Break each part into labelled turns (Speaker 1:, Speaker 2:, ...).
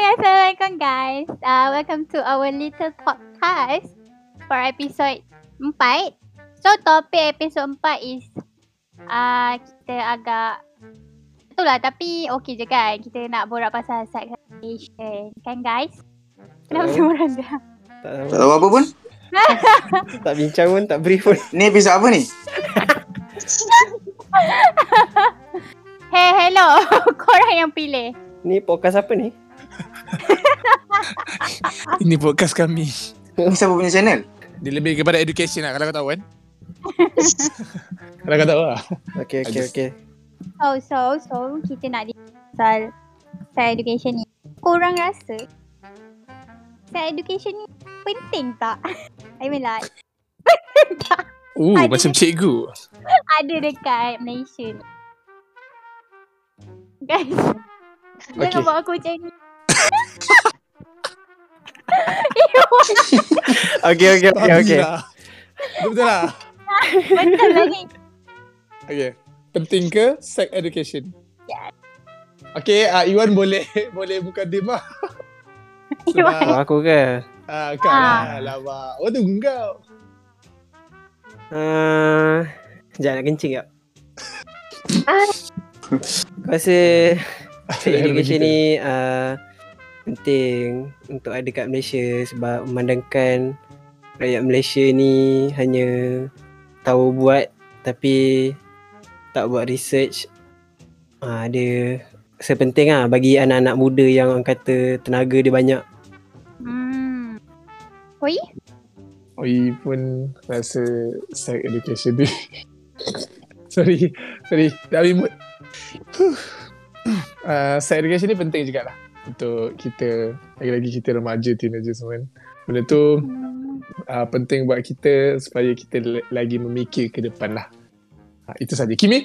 Speaker 1: welcome guys. Uh, welcome to our little podcast for episode 4. So topik episode 4 is uh, kita agak itulah tapi okey je kan. Kita nak borak pasal sex education kan guys. Kenapa
Speaker 2: Hello.
Speaker 1: semua orang dah?
Speaker 2: Tak
Speaker 3: Tak
Speaker 2: tahu.
Speaker 3: tahu apa pun.
Speaker 2: Tak bincang pun, tak brief pun.
Speaker 3: Ni episod apa ni?
Speaker 1: Hey hello. Korang yang pilih.
Speaker 2: Ni podcast apa ni?
Speaker 4: Ini podcast kami.
Speaker 3: Ni siapa punya channel?
Speaker 4: Dia lebih kepada education lah kalau kau tahu kan. kalau kau tahu lah.
Speaker 2: Okay, okay, okay.
Speaker 1: So so so kita nak di- pasal sex education ni. Korang rasa sex education ni penting tak? I mean like penting tak?
Speaker 4: Uh,
Speaker 1: Ada
Speaker 4: macam
Speaker 1: dia-
Speaker 4: cikgu.
Speaker 1: ada dekat Malaysia ni. Guys, jangan
Speaker 2: Okay.
Speaker 1: buat aku macam ni.
Speaker 2: Okay, okay, okay,
Speaker 4: Habis
Speaker 2: okay.
Speaker 4: lah. Betul lah.
Speaker 1: Betul lah ni.
Speaker 4: Okay. Penting ke sex education? Okay, uh, Iwan boleh boleh buka dim lah.
Speaker 2: Oh,
Speaker 4: Sebab
Speaker 2: aku ke?
Speaker 4: uh, kau lah. Lama. Oh, tu kau.
Speaker 2: Uh, sekejap nak kencing tak? Aku rasa education ni uh, penting untuk ada kat Malaysia sebab memandangkan rakyat Malaysia ni hanya tahu buat tapi tak buat research uh, dia sepenting lah bagi anak-anak muda yang orang kata tenaga dia banyak
Speaker 1: Hmm.
Speaker 4: Oi pun rasa sex education ni. sorry, sorry. Dah habis mood. Huh. Uh, sex education ni penting jugalah. Untuk kita, lagi-lagi kita remaja, teenager semua kan. Benda tu
Speaker 1: Hmm.
Speaker 4: uh, penting buat kita supaya kita le- lagi memikir ke depan lah. Uh, itu saja. Kimi?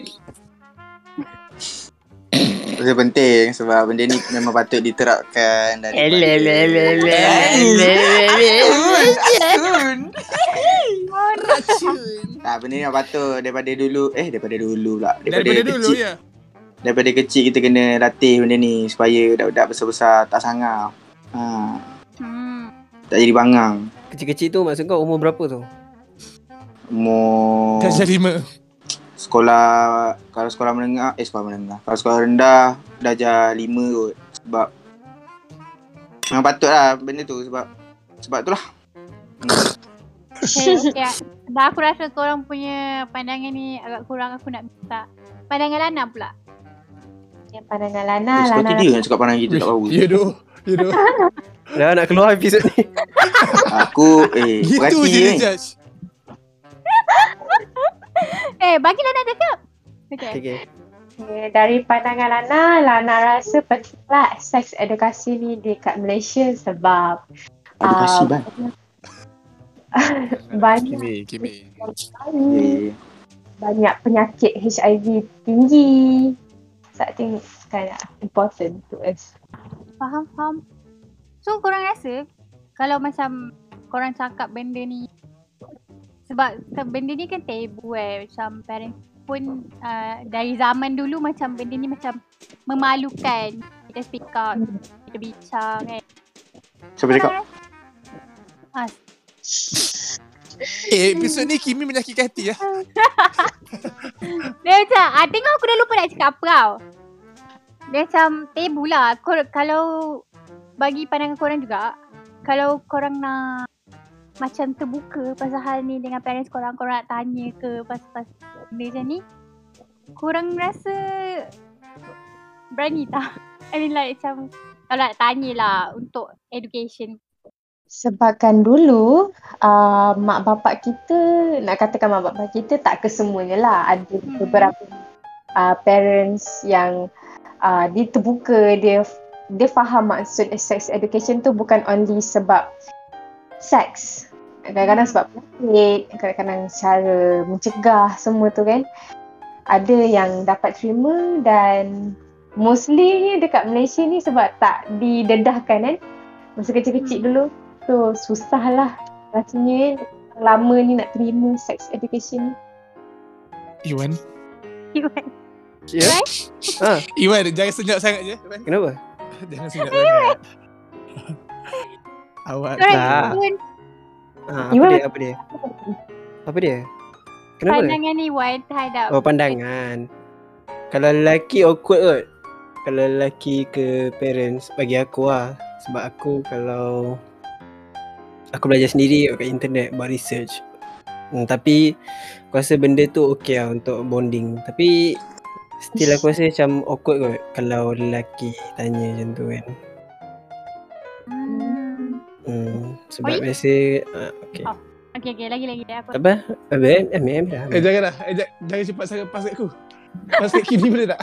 Speaker 3: Rasa penting sebab benda ni memang patut diterapkan dari Tak, benda ni memang patut daripada dulu Eh, daripada dulu pula Daripada, kecil,
Speaker 4: ya?
Speaker 3: Daripada kecil kita kena latih benda ni Supaya budak-budak besar-besar tak sangar ha,
Speaker 1: Hmm.
Speaker 3: Tak jadi bangang
Speaker 2: kecil-kecil tu maksud kau umur berapa tu
Speaker 3: Umur
Speaker 4: Dah jadi lima.
Speaker 3: sekolah Kalau sekolah menengah Eh, sekolah menengah Kalau sekolah rendah Darjah 5 kot Sebab Memang patut lah benda tu Sebab Sebab tu lah
Speaker 1: Hey, okay. Sebab aku rasa korang punya pandangan ni agak kurang aku nak minta. Pandangan Lana pula.
Speaker 5: Yang Ya, pandangan Lana,
Speaker 3: Eh, Sebab
Speaker 5: Lana
Speaker 3: tu dia yang cakap pandang kita tak tahu.
Speaker 4: Ya doh. Ya doh.
Speaker 2: dah nak keluar episod ni
Speaker 3: Aku eh
Speaker 4: Gitu
Speaker 3: berhati
Speaker 4: je
Speaker 3: je.
Speaker 4: dia judge.
Speaker 1: Eh, bagi Lana cakap. Okay.
Speaker 2: okay, okay.
Speaker 5: Okay, dari pandangan Lana, Lana rasa pentinglah seks edukasi ni dekat Malaysia sebab
Speaker 3: Edukasi
Speaker 5: ah,
Speaker 3: ban.
Speaker 5: Banyak.
Speaker 4: Kimi, Kimi.
Speaker 5: banyak,
Speaker 3: Eh,
Speaker 5: banyak penyakit HIV tinggi. So I think it's kind of important to us.
Speaker 1: Faham, faham. So korang rasa kalau macam korang cakap benda ni sebab ke- benda ni kan tabu eh macam parents pun uh, dari zaman dulu macam benda ni macam memalukan kita speak up kita bincang kan
Speaker 3: Siapa cakap?
Speaker 1: As.
Speaker 4: Eh, episod ni Kimi menyakitkan hati lah.
Speaker 1: Dia macam ah, Tengok aku dah lupa nak cakap apa tau Dia macam tabu lah Kor, Kalau Bagi pandangan korang juga Kalau korang nak Macam terbuka pasal hal ni Dengan parents korang Korang nak tanya ke Pasal-pasal benda macam ni Korang rasa Berani tak? I mean like macam Kalau nak tanya lah Untuk education
Speaker 5: Sebabkan dulu uh, mak bapak kita, nak katakan mak bapak kita tak kesemuanya lah. Ada
Speaker 1: Hmm.
Speaker 5: beberapa uh, parents yang uh, dia terbuka, dia dia faham maksud sex education tu bukan only sebab seks. Kadang-kadang
Speaker 1: Hmm.
Speaker 5: sebab penyakit, kadang-kadang cara mencegah semua tu kan. Ada yang dapat terima dan mostly dekat Malaysia ni sebab tak didedahkan kan. Masa kecil-kecil dulu tu susah lah rasanya kan. Lama ni nak terima sex education ni.
Speaker 4: Iwan.
Speaker 2: Ya?
Speaker 4: Iwan, jangan senyap sangat je. Iwan.
Speaker 2: kenapa
Speaker 4: Jangan senyap sangat. Awak
Speaker 2: Tak.
Speaker 1: Korang pun
Speaker 2: Ha,
Speaker 5: You
Speaker 2: apa
Speaker 5: want-
Speaker 2: dia? Apa dia? Apa dia? Kenapa?
Speaker 1: pandangan Iwan terhadap
Speaker 2: Oh pandangan. Kalau lelaki awkward kot. Kalau lelaki ke parents bagi aku lah. Sebab aku kalau aku belajar sendiri kat internet buat research. Hmm, tapi aku rasa benda tu okey lah untuk bonding. Tapi still aku rasa macam awkward kot kalau lelaki tanya macam tu kan.
Speaker 1: Hmm.
Speaker 2: Hmm, sebab
Speaker 1: Oi?
Speaker 2: biasa uh, okey.
Speaker 1: Oh. Okay, okay. Lagi, lagi. Apa?
Speaker 2: Tak apa? Ambil, ambil, ambil.
Speaker 4: Eh
Speaker 2: ambil.
Speaker 4: janganlah. Eh, jangan, jangan cepat sangat pas kat aku. Pas kat kini boleh tak?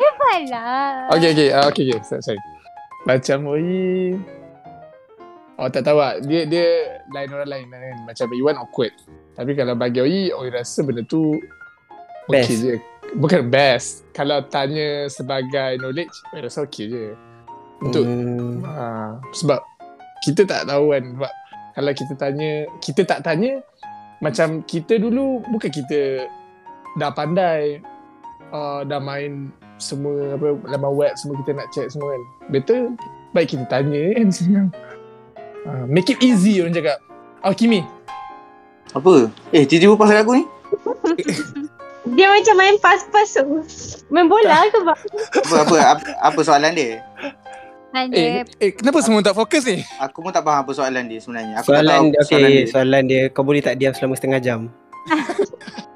Speaker 1: Apalah.
Speaker 4: Okay, okay. Uh, okay, okay. Sorry, sorry. Macam Oi... Oh, tak tahu lah. Dia, dia lain orang lain. kan. Macam Iwan awkward. Tapi kalau bagi Oi, Oi rasa benda tu... Okay
Speaker 2: Best.
Speaker 4: je. Bukan best. Kalau tanya sebagai knowledge, Oi rasa okay je. Betul.
Speaker 2: Hmm.
Speaker 4: Ha, sebab kita tak tahu kan sebab kalau kita tanya kita tak tanya macam kita dulu bukan kita dah pandai uh, dah main semua apa laman web semua kita nak check semua kan better baik kita tanya kan senang uh, make it easy orang cakap oh Kimi
Speaker 3: Apa? Eh, tiba-tiba pasal aku ni?
Speaker 5: Dia macam main pas-pas tu. Main bola ke bang?
Speaker 3: Apa, apa, apa, apa soalan dia?
Speaker 1: Tanya.
Speaker 4: eh kenapa semua tak fokus ni
Speaker 3: Aku pun tak faham apa soalan dia sebenarnya. Aku tak tahu
Speaker 2: Soalan
Speaker 3: apa
Speaker 2: dia, okay,
Speaker 3: soalan
Speaker 2: soalan
Speaker 3: dia.
Speaker 2: dia. kau boleh tak diam selama setengah jam?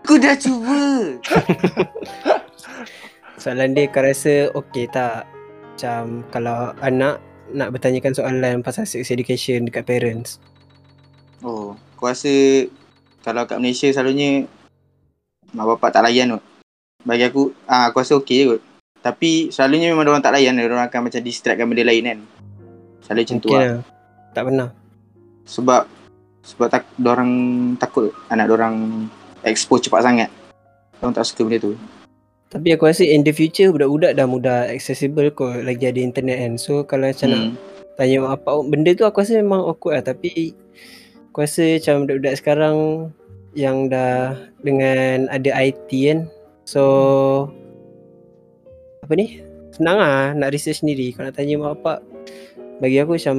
Speaker 3: Aku dah cuba.
Speaker 2: Soalan dia kau rasa okey tak? Macam kalau anak nak bertanyakan soalan pasal sex education dekat parents.
Speaker 3: Oh, aku rasa kalau kat Malaysia selalunya mak bapak tak layan kot. Bagi aku, ah, aku rasa okey je kot. Tapi selalunya memang orang tak layan, orang akan macam distractkan benda lain kan. Selalu macam tu
Speaker 2: Mungkin
Speaker 3: lah.
Speaker 2: lah. Tak pernah.
Speaker 3: Sebab sebab tak orang takut anak orang expose cepat sangat. Orang tak suka benda tu.
Speaker 2: Tapi aku rasa in the future budak-budak dah mudah accessible kot lagi ada internet kan. So kalau macam hmm. nak
Speaker 3: Hmm.
Speaker 2: tanya apa benda tu aku rasa memang awkward lah tapi aku rasa macam budak-budak sekarang yang dah dengan ada IT kan. So apa ni? Senang lah nak research sendiri. Kalau nak tanya mak bapak bagi aku macam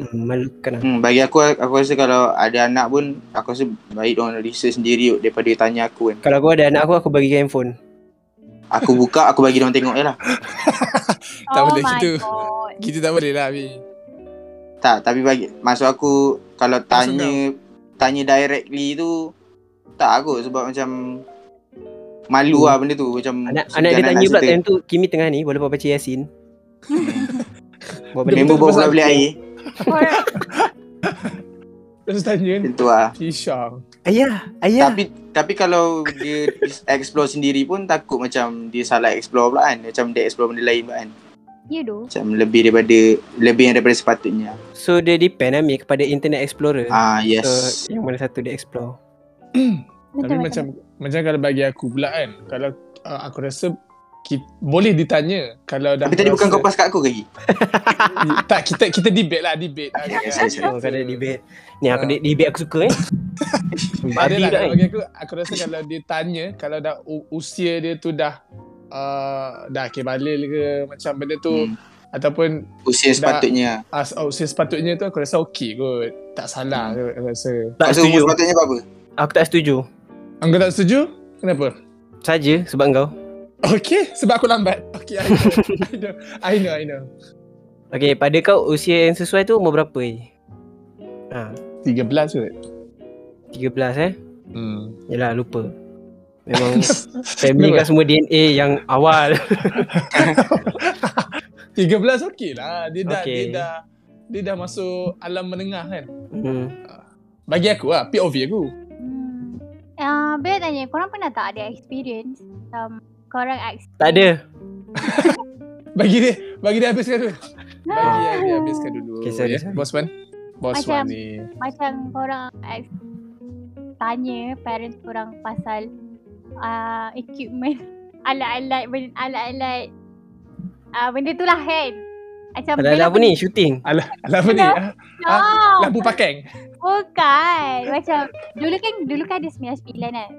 Speaker 2: hmm, malukan lah.
Speaker 3: Hmm, bagi aku aku rasa kalau ada anak pun aku rasa baik orang research sendiri kot daripada tanya aku kan.
Speaker 2: Kalau aku ada anak aku aku bagi dia handphone.
Speaker 3: Aku buka aku bagi dia orang tengok je lah.
Speaker 4: tak boleh
Speaker 1: Oh my
Speaker 4: gitu.
Speaker 1: God.
Speaker 4: kita tak boleh lah Abi
Speaker 3: Tak, tapi bagi maksud aku kalau
Speaker 4: Maksud
Speaker 3: tanya tanya directly tu tak aku sebab macam malu lah benda tu macam
Speaker 2: Hmm. Anak
Speaker 3: segan
Speaker 2: anak dia
Speaker 3: nak
Speaker 2: tanya pula
Speaker 3: cerita.
Speaker 2: time tu Kimi tengah ni boleh buat baca Yasin. buat benda
Speaker 3: Member
Speaker 2: tu.
Speaker 3: bawa
Speaker 4: pasal
Speaker 3: pula beli air
Speaker 1: Korang-
Speaker 4: terus tanya kan
Speaker 3: Macam tu lah
Speaker 4: Kisah
Speaker 2: Ayah, ayah.
Speaker 3: Tapi tapi kalau dia explore sendiri pun takut macam dia salah explore pula kan Macam dia explore benda lain pula kan
Speaker 1: Ya doh.
Speaker 3: Macam lebih daripada lebih yang daripada sepatutnya
Speaker 2: So dia depend lah Amir kepada internet explorer.
Speaker 3: Ah yes
Speaker 2: So, yang mana satu dia explore.
Speaker 4: Tapi macam macam kalau bagi aku pula kan kalau uh, aku rasa ki, boleh ditanya kalau dah
Speaker 3: Tapi tadi bukan
Speaker 4: rasa-
Speaker 3: kau pas kat aku ke lagi
Speaker 4: tak kita kita debate lah debate. Ah,
Speaker 3: Ya,
Speaker 4: kan.
Speaker 3: ya,
Speaker 2: Oh, kena debate. Ni aku
Speaker 4: Ah.
Speaker 2: uh. debate aku suka eh.
Speaker 4: Ada
Speaker 2: Babi
Speaker 4: lah
Speaker 2: tak
Speaker 4: kalau
Speaker 2: eh.
Speaker 4: bagi aku aku rasa kalau dia tanya kalau dah u- usia dia tu dah uh, dah kebalil ke macam benda tu
Speaker 3: hmm.
Speaker 4: ataupun
Speaker 3: Usia yang
Speaker 4: Dah-
Speaker 3: sepatutnya
Speaker 4: uh, usia sepatutnya tu aku rasa okey kot. Tak salah kot aku rasa.
Speaker 2: Tak
Speaker 3: Maksud umur
Speaker 2: setuju.
Speaker 3: sepatutnya apa?
Speaker 2: Aku tak setuju.
Speaker 4: Engkau tak setuju? Kenapa?
Speaker 2: Saja sebab kau.
Speaker 4: Okay, sebab aku lambat. Okay, I know. I know, I know, I know.
Speaker 2: Okey, pada kau usia yang sesuai tu umur berapa eh? Ha,
Speaker 4: 13 kot.
Speaker 2: 13 eh.
Speaker 4: Hmm.
Speaker 2: Yalah lupa. Memang family
Speaker 4: Lupa.
Speaker 2: kau semua DNA yang awal.
Speaker 4: 13 okey lah. Dia dah,
Speaker 2: Hmm, Okey.
Speaker 4: dia dah, dia dah masuk alam menengah kan.
Speaker 2: hmm.
Speaker 4: Bagi aku lah, POV aku.
Speaker 1: Hmm. Ah, bila tanya, korang pernah tak ada experience um, korang ex-
Speaker 2: Tak ada.
Speaker 4: Bagi dia, bagi dia habiskan dulu. Bagi dia, dia habiskan dulu.
Speaker 2: Okay, sorry,
Speaker 4: ya,
Speaker 2: sorry.
Speaker 4: Bos Man. Bos
Speaker 1: Macam-
Speaker 4: Man ni.
Speaker 1: macam korang ex- tanya parents korang pasal uh, equipment alat-alat ben- alat-alat uh, benda tu lah kan. Macam
Speaker 2: Ada
Speaker 1: bila
Speaker 2: ada apa ni lah. shooting?
Speaker 4: Alah, alah apa ni? Ah,
Speaker 1: No,
Speaker 4: Lampu pakeng.
Speaker 1: bukan. Macam dulu kan dulu kan ada 99 kan.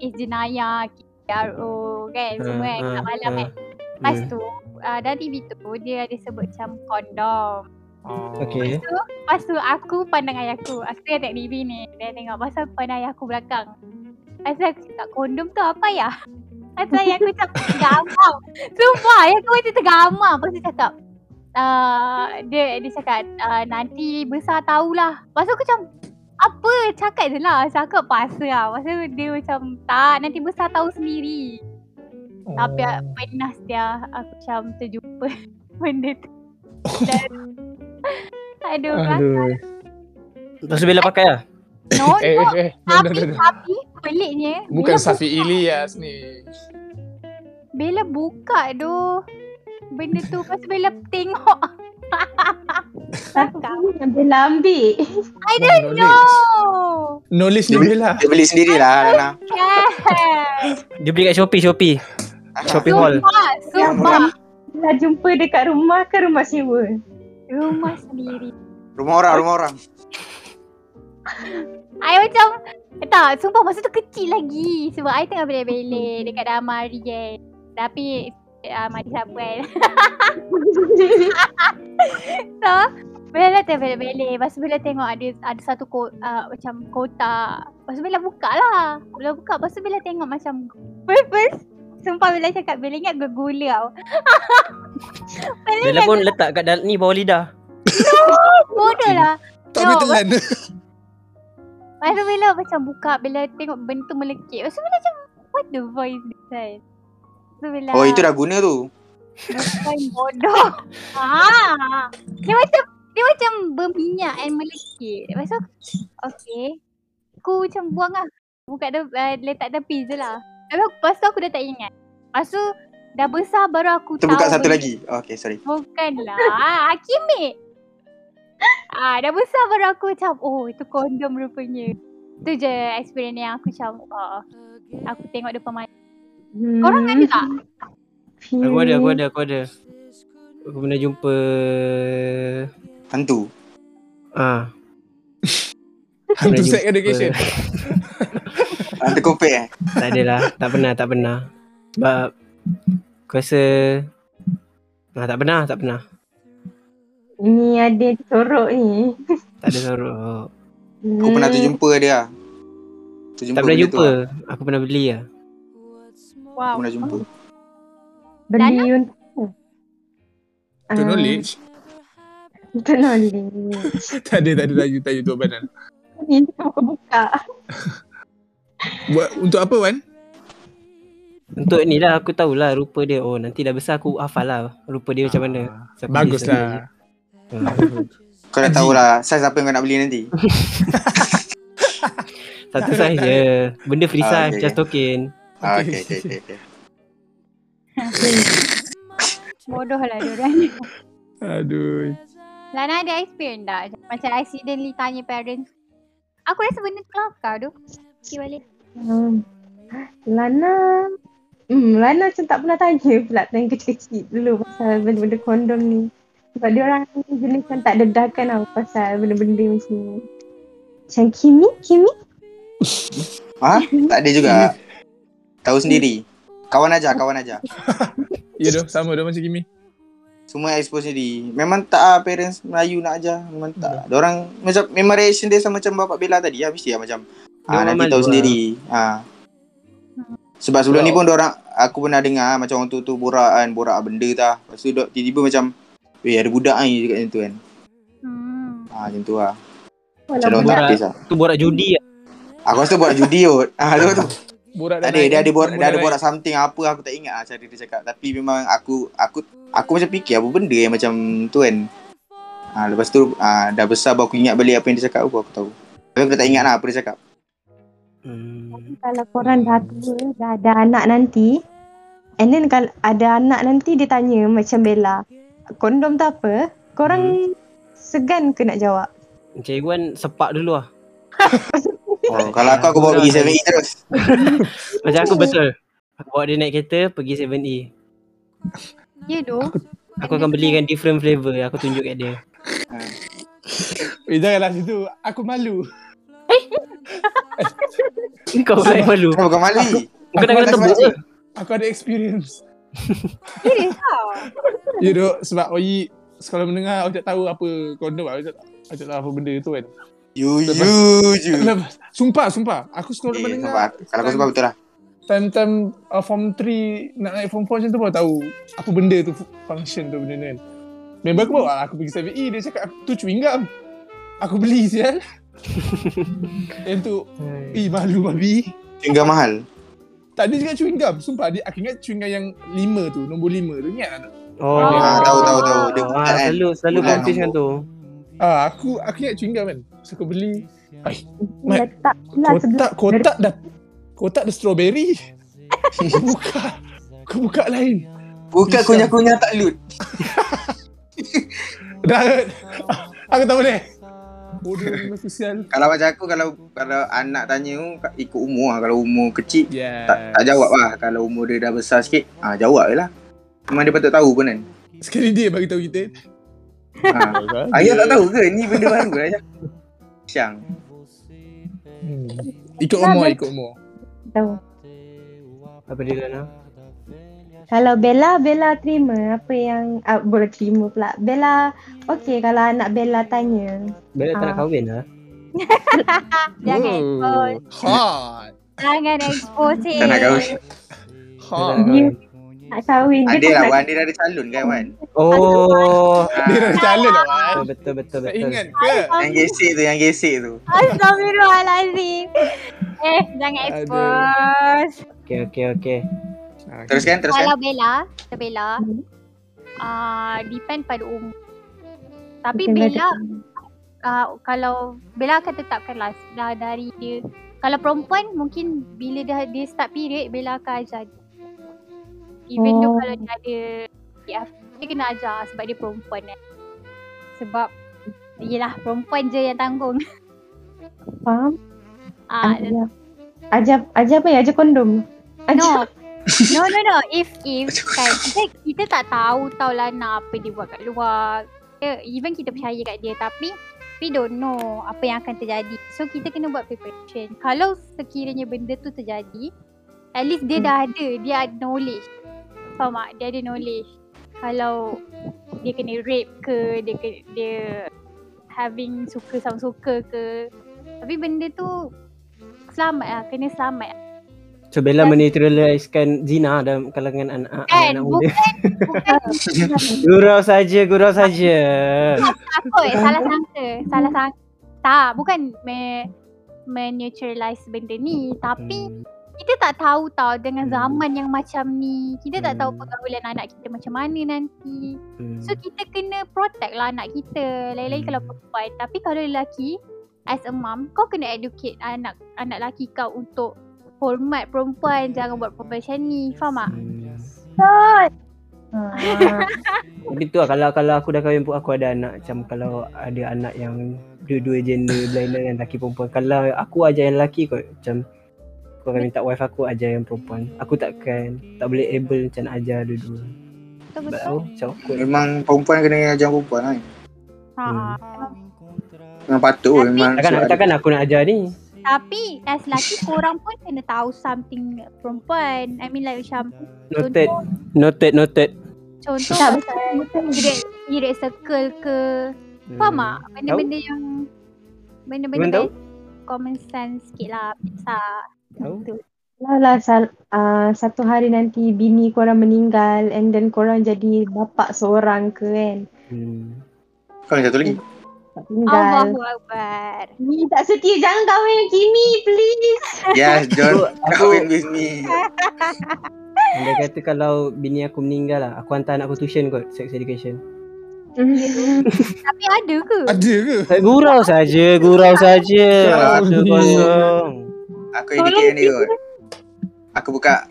Speaker 1: Kes jenayah, KRO kan
Speaker 2: Ha,
Speaker 1: semua kan
Speaker 2: ha,
Speaker 1: kat malam
Speaker 2: ha.
Speaker 1: kan. Lepas
Speaker 2: Hmm.
Speaker 1: tu uh, Daddy Vito dia ada sebut macam kondom. Lepas
Speaker 2: Okay.
Speaker 1: tu, lepas tu aku pandang ayah aku. Aku tengah tengok TV ni. Dia tengok pasal pandang ayah aku belakang. Lepas tu aku cakap kondom tu apa ya? Lepas tu ayah aku macam tergamam. Sumpah ayah aku macam tergamam. Lepas tu cakap. Uh, dia dia cakap uh, nanti besar tahulah. Lepas tu aku macam apa cakap je lah. Cakap pasal lah. Lepas tu dia macam tak nanti besar tahu sendiri. Tapi oh.
Speaker 4: Oh.
Speaker 1: penas dia aku macam terjumpa benda tu. Dan, aduh, aduh.
Speaker 4: Aduh.
Speaker 2: Lepas tu bila pakai lah.
Speaker 1: No,
Speaker 4: Eh,
Speaker 1: no.
Speaker 4: eh, eh. No, no,
Speaker 1: Tapi,
Speaker 4: no, no.
Speaker 1: tapi peliknya
Speaker 4: Bukan
Speaker 1: bila
Speaker 4: Safi
Speaker 1: buka,
Speaker 4: Ilyas ni.
Speaker 1: Bila buka tu Benda tu Lepas tu bila tengok Cakap
Speaker 5: Ambil lambik.
Speaker 1: I don't know
Speaker 4: Knowledge lah. ni Bella.
Speaker 3: Dia beli sendirilah Lana.
Speaker 1: Kan? Yes
Speaker 2: Dia beli kat Shopee, Shopee.
Speaker 3: Ah,
Speaker 2: Shopping mall.
Speaker 1: Sumpah Sumpah
Speaker 5: Dah jumpa dekat rumah ke rumah sewa?
Speaker 1: Rumah sendiri
Speaker 3: Rumah orang, rumah orang.
Speaker 1: I macam eh, Tak Sumpah masa tu kecil lagi Sebab I tengah belek-belek Dekat dalam amari kan Tapi eh, Amari siapa kan So Bella tu belek-belek lah Lepas tu Bella tengok ada ada satu ko, uh, macam kotak Lepas tu Bella buka lah Bella buka Lepas tu Bella tengok macam First, first Sumpah Bella cakap Bella ingat gue gula tau Bella,
Speaker 2: Bella
Speaker 1: ingat
Speaker 2: pun letak kat dal- ni bawah lidah.
Speaker 1: bodoh lah
Speaker 4: Tak boleh
Speaker 1: No,
Speaker 4: telan.
Speaker 1: Lepas tu Bella macam buka Bella tengok benda tu melekit Lepas tu Bella macam What the voice this kan Lepas tu Bella
Speaker 3: Oh, itu dah guna tu.
Speaker 1: Bukan bodoh. ah. Dia macam dia macam berminyak and melekit. Lepas tu okay. Aku macam buang lah. Buka de, uh, letak tepi je lah. Tapi aku, lepas tu aku dah tak ingat. Lepas tu dah besar baru aku
Speaker 3: Kita
Speaker 1: tahu.
Speaker 3: buka satu
Speaker 1: benda-
Speaker 3: lagi. Oh, okay, sorry.
Speaker 1: Bukanlah. Hakimik. Ah, dah besar baru aku macam oh itu kondom rupanya. Tu je experience yang aku macam oh, aku tengok depan mata. Korang ada tak?
Speaker 2: Aku ada, aku ada, aku ada. Aku pernah jumpa...
Speaker 3: Hantu.
Speaker 2: Ah,
Speaker 4: Hantu
Speaker 2: Boleh
Speaker 4: sex
Speaker 2: jumpa.
Speaker 4: education.
Speaker 3: Hantu kopek eh.
Speaker 2: tak adalah. tak pernah, tak pernah. Sebab aku rasa... Ah, tak pernah, tak pernah.
Speaker 5: Ni ada sorok ni.
Speaker 2: Tak ada sorok.
Speaker 3: Aku pernah terjumpa dia lah. Terjumpa
Speaker 2: Tak pernah
Speaker 3: benda tu
Speaker 2: jumpa.
Speaker 3: lah.
Speaker 2: Aku pernah beli lah.
Speaker 3: Aku
Speaker 1: Wow.
Speaker 3: pernah jumpa.
Speaker 5: Beli untuk
Speaker 4: Tu
Speaker 5: Ah,
Speaker 4: knowledge.
Speaker 5: Untuk knowledge.
Speaker 4: Tak ada, tak ada lagi tanya tu banan.
Speaker 5: Ni tu buka-buka.
Speaker 4: Buat untuk apa Wan?
Speaker 2: Untuk ni lah aku tahulah rupa dia. Oh nanti dah besar aku hafal lah rupa dia macam
Speaker 3: Ah.
Speaker 2: mana. So, aku
Speaker 4: Bagus
Speaker 2: beli
Speaker 4: lah.
Speaker 2: sendiri. Ha.
Speaker 3: Kau dah tahulah saiz apa yang kau nak beli nanti.
Speaker 2: Satu saiz je. Benda free
Speaker 3: Ah,
Speaker 2: size
Speaker 3: okay,
Speaker 2: just token.
Speaker 3: Ah, okay,
Speaker 4: Okay.
Speaker 3: okay, okay, okay.
Speaker 1: Bodoh lah diorang.
Speaker 4: Aduh.
Speaker 1: Lana ada experience tak? Macam accidentally tanya parents. Aku rasa benda tu kelakar tu. Okay balik.
Speaker 5: Hmm. Lana Hmm, Lana macam tak pernah tanya pula tanya kecil-kecil dulu pasal benda-benda kondom ni. Sebab dia orang jenis yang tak dedahkan tau pasal benda-benda macam ni. Macam Kimi, Kimi
Speaker 3: Ha? Tak ada juga. Tahu sendiri. Kawan aja, kawan aja.
Speaker 4: Ya doh, sama doh macam Kimi.
Speaker 3: Semua expose sendiri. Memang tak ah, parents Melayu nak aja. Memang tak. Orang macam memang reaction dia sama macam bapak Bella tadi. Habis dia macam ah,
Speaker 2: Dia
Speaker 3: nanti
Speaker 2: malu
Speaker 3: tahu
Speaker 2: lah.
Speaker 3: sendiri. Ah. Sebab sebelum ni pun orang aku pernah dengar ah, macam orang tu tu borak kan, borak benda tah. Lepas tu dok- tiba-tiba macam Weh ada budak ni cakap macam tu kan
Speaker 1: Hmm.
Speaker 3: Ah macam tu lah Macam
Speaker 5: Walau
Speaker 3: orang
Speaker 2: budak.
Speaker 3: tak artis lah
Speaker 2: Tu borak judi lah.
Speaker 3: Aku rasa buat judi kot Ah tu tu
Speaker 4: Borak
Speaker 3: Tak ada, Ah, kan? dia ada borak, dia ada borak something apa aku tak ingat lah cara dia cakap. Tapi memang aku aku aku macam fikir apa benda yang macam tu kan. Ha, lepas tu ha, dah besar baru aku ingat balik apa yang dia cakap baru aku tahu. Tapi aku tak ingat lah apa dia cakap.
Speaker 2: Hmm.
Speaker 5: kalau korang dah tua, dah ada anak nanti And then kalau ada anak nanti dia tanya macam Bella Kondom tu apa? Korang segan ke nak jawab?
Speaker 2: Encik Iguan sepak dulu lah.
Speaker 3: Oh, kalau aku aku bawa pergi 7E terus.
Speaker 2: Macam aku betul. Aku bawa dia naik kereta pergi 7E.
Speaker 1: Ya tu.
Speaker 2: Aku akan belikan different flavour. Aku tunjuk kat dia.
Speaker 4: Eh janganlah situ. Aku malu.
Speaker 2: Kau pula yang malu.
Speaker 3: Kenapa kau mali?
Speaker 2: Kau dah kena
Speaker 4: Aku
Speaker 2: tebuk ke?
Speaker 4: Aku ada experience.
Speaker 1: Serius tau.
Speaker 4: You know, sebab Oi sekolah menengah aku tak tahu apa kondom aku tak, aku tak tahu apa benda tu kan.
Speaker 3: You
Speaker 4: Lepas-
Speaker 3: you you.
Speaker 4: Lepas, sumpah, sumpah. Aku sekolah
Speaker 3: Hmm. Eh,
Speaker 4: menengah
Speaker 3: sebab kalau kau sebab betul lah.
Speaker 4: time-time uh, form 3 nak naik form 4 macam tu baru tahu apa benda tu fu- function tu benda ni kan. Member aku bawa aku pergi 7E dia cakap aku tu chewing gum. Aku beli sial. Yang tu, eh malu babi.
Speaker 3: Tinggal mahal.
Speaker 4: Tak dia cakap chewing gum. Sumpah dia aku ingat chewing gum yang 5 tu, nombor 5 tu. Ingat tak?
Speaker 2: Oh,
Speaker 1: Ah, tahu, tahu,
Speaker 3: tahu. Dia
Speaker 2: ah,
Speaker 3: bulan,
Speaker 2: selalu selalu
Speaker 3: bulan
Speaker 2: confuse kan tu.
Speaker 4: Ah, aku aku ingat chewing gum kan. So aku beli Mat,
Speaker 5: Letak lah sebelah.
Speaker 4: kotak kotak dah kotak dah strawberry. Aku buka. Aku buka lain.
Speaker 3: Bukan
Speaker 4: Pisang.
Speaker 3: kunyah-kunyah tak lut.
Speaker 4: Dah aku tak boleh. Bodoh ni aku sial.
Speaker 3: Kalau macam aku kalau kalau anak tanya tu, ka- ikut umur lah. Kalau umur kecil
Speaker 4: Yes.
Speaker 3: tak, tak jawab lah. Kalau umur dia dah besar sikit, ah jawab je lah. Memang dia patut tahu pun kan.
Speaker 4: Sekali dia bagi tahu kita.
Speaker 3: Ha. Ayah tak tahu ke? Ni benda baru lah Ayah. Siang.
Speaker 4: Hmm. Ikut umur, ikut umur.
Speaker 5: Tahu.
Speaker 2: Apa dia Lana?
Speaker 5: Kalau Bella, Bella terima apa yang ah, boleh terima pula. Bella, okey kalau anak Bella tanya.
Speaker 2: Bella tak nak
Speaker 5: Ah.
Speaker 2: kahwin lah.
Speaker 1: Jangan expose.
Speaker 4: Hot.
Speaker 1: Jangan expose.
Speaker 3: Tak nak kahwin.
Speaker 4: Hot.
Speaker 5: Dia nak kahwin.
Speaker 3: Ada
Speaker 5: tak
Speaker 3: lah,
Speaker 5: nak-
Speaker 3: Wan. Dia dah ada calon kan, Wan? Ah,
Speaker 2: Oh,
Speaker 4: Dia dah calon lah. Wan.
Speaker 2: betul betul betul.
Speaker 4: Tak
Speaker 2: betul.
Speaker 4: ingat ke?
Speaker 3: Yang gesek tu, yang gesek tu.
Speaker 1: Astagfirullahalazim. Eh, jangan
Speaker 4: Aduh.
Speaker 1: expose.
Speaker 2: Okey okey okey.
Speaker 3: Teruskan, teruskan.
Speaker 1: Kalau Bella, kita Bella,
Speaker 5: Hmm.
Speaker 1: uh, depend pada umur. Tapi
Speaker 5: Tengah
Speaker 1: Bella,
Speaker 5: tak-
Speaker 1: uh, kalau Bella akan tetapkan lah dah dari dia. Kalau perempuan mungkin bila dah dia start period, Bella akan ajar dia. Even though
Speaker 5: Oh.
Speaker 1: kalau dia ada PF, dia kena ajar sebab dia perempuan kan. Sebab Yelah perempuan je yang tanggung
Speaker 5: Faham?
Speaker 1: Ah,
Speaker 5: Ajar. Ajar, ajar apa ya? Ajar kondom.
Speaker 1: No.
Speaker 5: Ajar.
Speaker 1: No no no. If if kan kita, kita tak tahu tau lah nak apa dia buat kat luar. Kita, even kita percaya kat dia tapi we don't know apa yang akan terjadi. So kita kena buat preparation. Kalau sekiranya benda tu terjadi, at least dia
Speaker 5: Hmm.
Speaker 1: dah ada, dia ada knowledge. Faham tak? Dia ada knowledge. Kalau dia kena rape ke, dia ke- dia having suka sama suka ke. Tapi benda tu selamat lah, kena selamat
Speaker 2: So Bella menetraliskan zina dalam kalangan anak
Speaker 1: Kan,
Speaker 2: anak muda.
Speaker 1: bukan bukan
Speaker 2: Gurau saja, gurau saja.
Speaker 1: takut, eh, salah sangka, salah sangka. Tak, bukan me, menetralize benda ni, tapi
Speaker 2: Hmm.
Speaker 1: kita tak tahu tau dengan
Speaker 2: Hmm.
Speaker 1: zaman yang macam ni. Kita tak tahu
Speaker 2: Hmm.
Speaker 1: pergaulan anak kita macam mana nanti.
Speaker 2: Hmm.
Speaker 1: So kita kena protect lah anak kita. Lain-lain
Speaker 2: Hmm.
Speaker 1: kalau perempuan, tapi kalau lelaki as a mom, kau kena educate anak anak lelaki kau untuk hormat perempuan, jangan buat perempuan macam ni. Faham tak?
Speaker 2: Hmm.
Speaker 5: Ah.
Speaker 2: Tapi tu lah kalau kalau aku dah kahwin pun aku ada anak macam kalau ada anak yang dua-dua gender blender kan lelaki perempuan. Kalau aku ajar yang lelaki kot macam aku akan minta wife aku ajar yang perempuan. Aku takkan tak boleh able macam nak ajar dua-dua.
Speaker 1: Betul
Speaker 2: Sebab
Speaker 1: betul.
Speaker 2: aku macam awkward.
Speaker 3: Memang perempuan kena ajar perempuan kan.
Speaker 1: Ha.
Speaker 2: Hmm.
Speaker 3: Memang patut pun. Memang
Speaker 2: Takkan,
Speaker 3: sebab
Speaker 2: takkan aku nak ajar ni.
Speaker 1: Tapi as lelaki korang pun kena tahu something perempuan. I mean like macam
Speaker 2: Noted. Noted, noted.
Speaker 1: contoh
Speaker 5: Tak
Speaker 1: macam irit, irit circle ke. Faham tak? Benda-benda yang benda-benda
Speaker 2: Hmm. Memang tahu?
Speaker 1: yang common sense sikit lah. Tak.
Speaker 2: Hmm. Tahu.
Speaker 5: Kalau lah sal- ah, satu hari nanti bini korang meninggal and then korang jadi bapak seorang ke kan.
Speaker 2: Hmm.
Speaker 3: Kau yang satu lagi.
Speaker 5: Tak tinggal.
Speaker 1: Allahu Akbar.
Speaker 5: Ni tak setia. Jangan kahwin dengan Kimi please.
Speaker 3: Yes,
Speaker 2: So,
Speaker 3: John.
Speaker 2: aku
Speaker 3: Kahwin with me.
Speaker 2: Dia kata kalau bini aku meninggal lah, aku hantar anak aku tuition kot, sex education.
Speaker 1: Tapi ada ke?
Speaker 4: Ada ke?
Speaker 2: Eh, Gurau saja, gurau saja.
Speaker 4: Kau ni.
Speaker 2: Kosong.
Speaker 3: Aku educate dia kot. Aku buka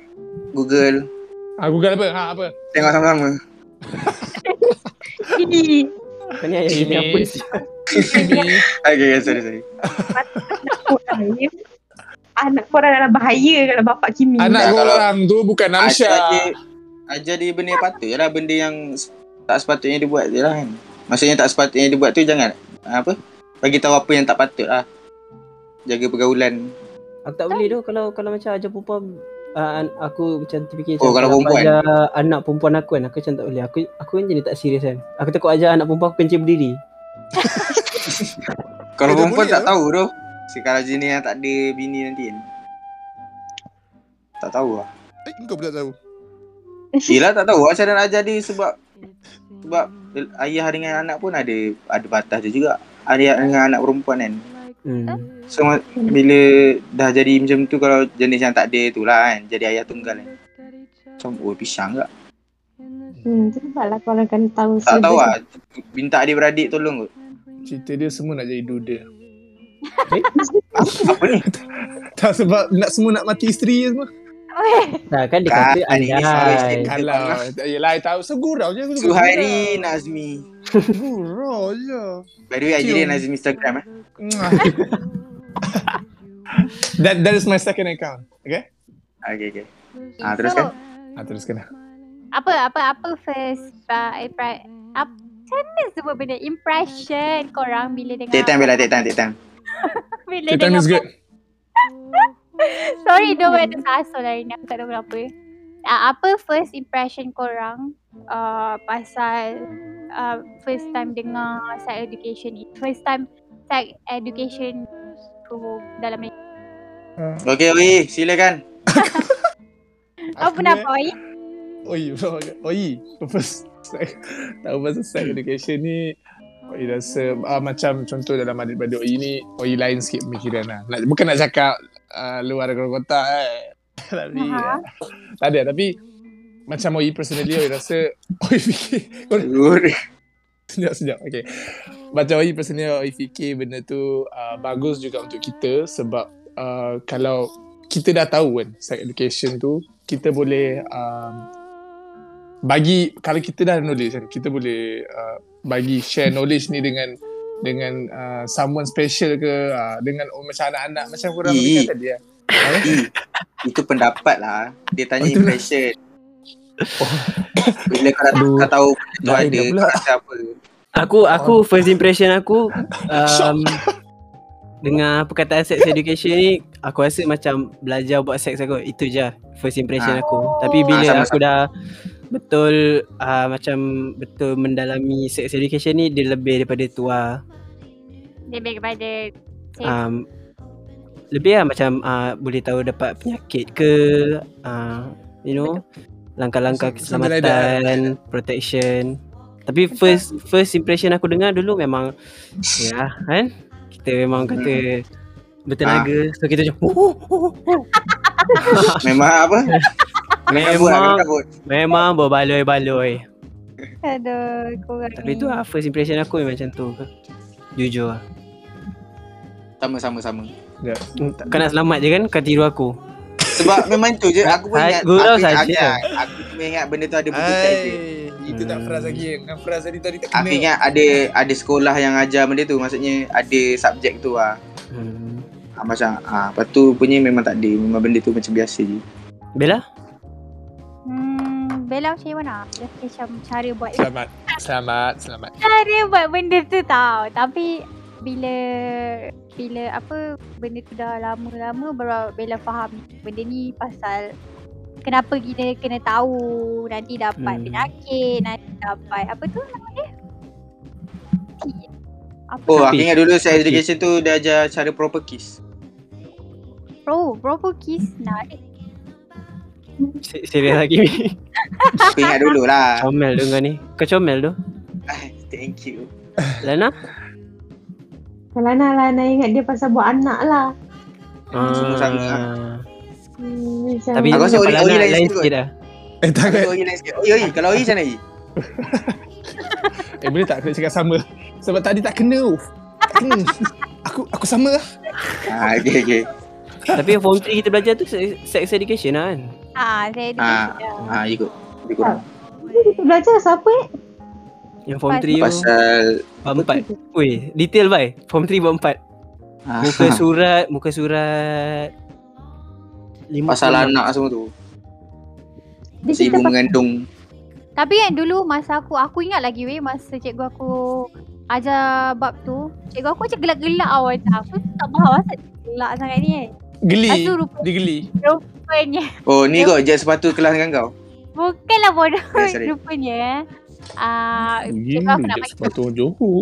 Speaker 3: Google.
Speaker 4: Aku Google apa? Ha apa?
Speaker 3: Tengok sama-sama.
Speaker 5: Kimi.
Speaker 2: Kau ni ayah bini apa sih?
Speaker 4: Kimi.
Speaker 3: Okay, okay, sorry, sorry.
Speaker 5: Korang ni. Anak korang dalam bahaya kalau bapak Kimi.
Speaker 4: Anak
Speaker 3: Kalau-
Speaker 4: orang tu bukan
Speaker 3: Ajar dia,
Speaker 4: Namsha.
Speaker 3: ajar dia benda yang patut je lah. Benda yang s- tak sepatutnya dia buat je lah kan. Maksudnya tak sepatutnya dia buat tu jangan. ah, Apa? Bagi tahu apa yang tak patut lah. Jaga pergaulan.
Speaker 2: Aku tak boleh tu kalau kalau macam ajar perempuan uh, an- aku macam terfikir macam
Speaker 3: Oh, kalau
Speaker 2: aku
Speaker 3: perempuan.
Speaker 2: ajar anak perempuan aku kan aku macam tak boleh aku aku kan jadi tak serius kan aku takut ajar anak perempuan aku pencin berdiri
Speaker 3: Kalau
Speaker 6: Dia dah
Speaker 3: perempuan
Speaker 6: boleh
Speaker 3: tak
Speaker 6: tu.
Speaker 3: tahu tu. Sekarang jenis yang tak ada bini nanti kan. Tak tahu lah.
Speaker 6: Eh, kau pula tahu.
Speaker 3: Yelah tak tahu macam mana nak ajar dia sebab sebab ayah dengan anak pun ada ada batas dia juga. Ayah dengan anak perempuan kan.
Speaker 2: hmm.
Speaker 3: So ma- bila dah jadi macam tu kalau jenis yang tak ada tu lah kan. Jadi ayah tunggal kan. Macam oh pisang tak.
Speaker 5: Hmm, tu sebablah korang kena tahu
Speaker 3: Tak
Speaker 5: sebab-
Speaker 3: tahu lah. Minta adik-beradik tolong kot.
Speaker 4: Cerita dia semua nak jadi duda.
Speaker 3: Apa ni?
Speaker 4: Tak sebab nak semua nak mati isteri je semua.
Speaker 3: Eh,
Speaker 2: nah, kan dia kata
Speaker 3: Ah, ini salah
Speaker 2: andai
Speaker 3: isteri.
Speaker 4: Kalau yelah I tahu segurau je aku tu.
Speaker 3: Suhairi
Speaker 4: lah.
Speaker 3: Nazmi.
Speaker 4: Gurau je.
Speaker 3: By the way, I jadi Nazmi Instagram eh.
Speaker 4: Mwah. that that is my second account. Okay?
Speaker 3: Okay, okay. Ah, teruskan.
Speaker 1: So,
Speaker 4: Ah teruskan.
Speaker 1: apa apa apa first uh, impre- apa macam mana sebut benda impression korang bila dengar
Speaker 3: Take time Bella, take time, take time.
Speaker 1: bila
Speaker 4: The
Speaker 1: dengar
Speaker 4: time is good.
Speaker 1: sorry don't
Speaker 2: Hmm.
Speaker 1: wear the tassel hari ni lah aku tak tahu kenapa uh, apa first impression korang uh, pasal uh, first time dengar sex education ni first time sex education tu dalam Malaysia
Speaker 4: Ah.
Speaker 3: Okay, okay. Silakan.
Speaker 1: apa
Speaker 4: Aku
Speaker 1: nak boy
Speaker 4: Oi, bro. Oi. Purpose. Tahu pasal sex education ni Oi rasa ah, macam contoh dalam adik-beradik Oi ni Oi lain sikit pemikiran lah nak, Bukan nak cakap uh, luar kota eh Tapi eh,
Speaker 1: Aha.
Speaker 4: Tak ada tapi Macam Oi personally Oi rasa Oi fikir Kau
Speaker 3: Good.
Speaker 4: Sekejap, sekejap. Okay. Macam Oi personally, Oi fikir benda tu uh, bagus juga untuk kita sebab uh, kalau kita dah tahu kan sex education tu, kita boleh um, bagi, kalau kita dah knowledge kan, kita boleh uh, bagi share knowledge ni dengan dengan uh, someone special ke, uh, dengan oh, macam anak-anak macam korang
Speaker 3: Ih.
Speaker 4: kata tadi kan.
Speaker 3: Eh, itu pendapat lah. Dia tanya
Speaker 4: Oh, itulah.
Speaker 3: impression. Bila kau, dah, kau tahu benda tu
Speaker 4: lain
Speaker 3: ada,
Speaker 4: dia pula.
Speaker 3: kau rasa apa?
Speaker 2: aku aku first impression aku um, dengar perkataan sex education ni aku rasa macam belajar buat seks aku itu je lah first impression
Speaker 3: Ah.
Speaker 2: aku tapi bila
Speaker 3: Ah, sama-sama.
Speaker 2: aku dah betul uh, macam betul mendalami sex education ni dia lebih daripada tu lah
Speaker 1: lebih kepada
Speaker 2: Ah. um, lebih lah macam uh, boleh tahu dapat penyakit ke uh, you know langkah-langkah
Speaker 4: Something like that.
Speaker 2: keselamatan protection tapi first first impression aku dengar dulu memang ya kan kita memang kata bertenaga so kita macam "Oh, oh, oh, oh."
Speaker 3: Memang apa? Memang buat,
Speaker 2: Memang.
Speaker 3: memang buat.
Speaker 2: memang berbaloi-baloi
Speaker 1: aduh korang
Speaker 2: tapi tu lah first impression aku memang macam tu jujur lah
Speaker 3: Sama, sama, sama.
Speaker 2: kau nak selamat je kan kau tiru aku
Speaker 3: Sebab memang tu je, aku pun
Speaker 2: Hai,
Speaker 3: ingat.
Speaker 2: gurau
Speaker 3: aku, aku,
Speaker 2: saja.
Speaker 3: aku cuma ingat benda tu ada betul tak ada.
Speaker 6: Hai.
Speaker 4: Itu tak Fraz lagi. Dengan Fraz tadi tadi tak
Speaker 3: Aku
Speaker 4: kena.
Speaker 3: ingat ada ada sekolah yang ajar benda tu. Maksudnya ada subjek tu lah.
Speaker 2: hmm.
Speaker 3: Ah, macam ah, lepas tu punya memang tak ada. Memang benda tu macam biasa je.
Speaker 2: Bella
Speaker 1: hmm, Bella macam mana Dia macam cara buat
Speaker 4: Selamat, selamat, selamat.
Speaker 1: cara buat benda tu tau Tapi bila bila apa benda tu dah lama-lama baru Bella faham benda ni pasal kenapa kita kena tahu nanti dapat
Speaker 2: Hmm.
Speaker 1: hmm. penyakit nanti dapat apa tu nama dia T- apa
Speaker 3: Oh,
Speaker 1: nama?
Speaker 3: aku ingat dulu sex
Speaker 2: Tapi-
Speaker 3: education tu dia ajar cara proper kiss.
Speaker 1: bro bro kiss narik
Speaker 2: Se- serius lagi
Speaker 3: Aku ingat dulu lah.
Speaker 2: comel tu kau ni kau comel tu
Speaker 3: Thank you.
Speaker 2: Lana
Speaker 5: Lana, Lana lah, ingat dia pasal buat anak lah.
Speaker 3: Semua
Speaker 2: Ah.
Speaker 3: sama
Speaker 5: Hmm, macam
Speaker 2: Tapi
Speaker 3: Aku
Speaker 2: aku
Speaker 3: rasa
Speaker 2: rasa
Speaker 3: ori-
Speaker 2: lain,
Speaker 3: ori lain
Speaker 2: lain
Speaker 3: sikit lah.
Speaker 2: sikit dah.
Speaker 4: Eh tak
Speaker 3: Kalau Oi lain sikit. Oi, Oi, kalau Oi macam mana Oi?
Speaker 4: Eh boleh tak kita cakap sama? Sebab tadi tak kena. Uf. Tak kena. aku aku sama lah.
Speaker 3: Ah, okay, okay.
Speaker 2: lah. Tapi form 3 kita belajar tu se- sex education lah kan.
Speaker 1: ah saya tu
Speaker 3: Ah.
Speaker 1: dah
Speaker 3: Ah, ikut. Lebih kurang.
Speaker 5: Kita belajar siapa eh?
Speaker 2: Yang form 3 tu
Speaker 3: Pasal
Speaker 2: bab 4. Weh, detail bai. Form 3 bab 4.
Speaker 3: ah,
Speaker 2: Muka surat, muka surat. Lima
Speaker 3: pasal
Speaker 2: puluh.
Speaker 3: anak semua tu.
Speaker 5: Dia
Speaker 3: Si
Speaker 5: cerita
Speaker 3: ibu
Speaker 5: pasal
Speaker 3: mengandung.
Speaker 1: Tapi kan dulu masa aku, aku ingat lagi weh masa cikgu aku ajar bab tu. Cikgu aku macam gelak-gelak awal macam. Aku tak faham asal dia gelak sangat ni kan.
Speaker 4: Geli.
Speaker 1: Lepas tu rupa-
Speaker 4: Dia geli.
Speaker 1: Rupa rupanya.
Speaker 3: Oh ni kot je sepatu kelas dengan kau.
Speaker 1: Bukanlah bodoh
Speaker 3: Eh, sorry.
Speaker 1: rupanya eh. Ah,
Speaker 4: Gila
Speaker 1: cakap aku nak
Speaker 4: je
Speaker 1: bagi
Speaker 4: sepatu orang Johor.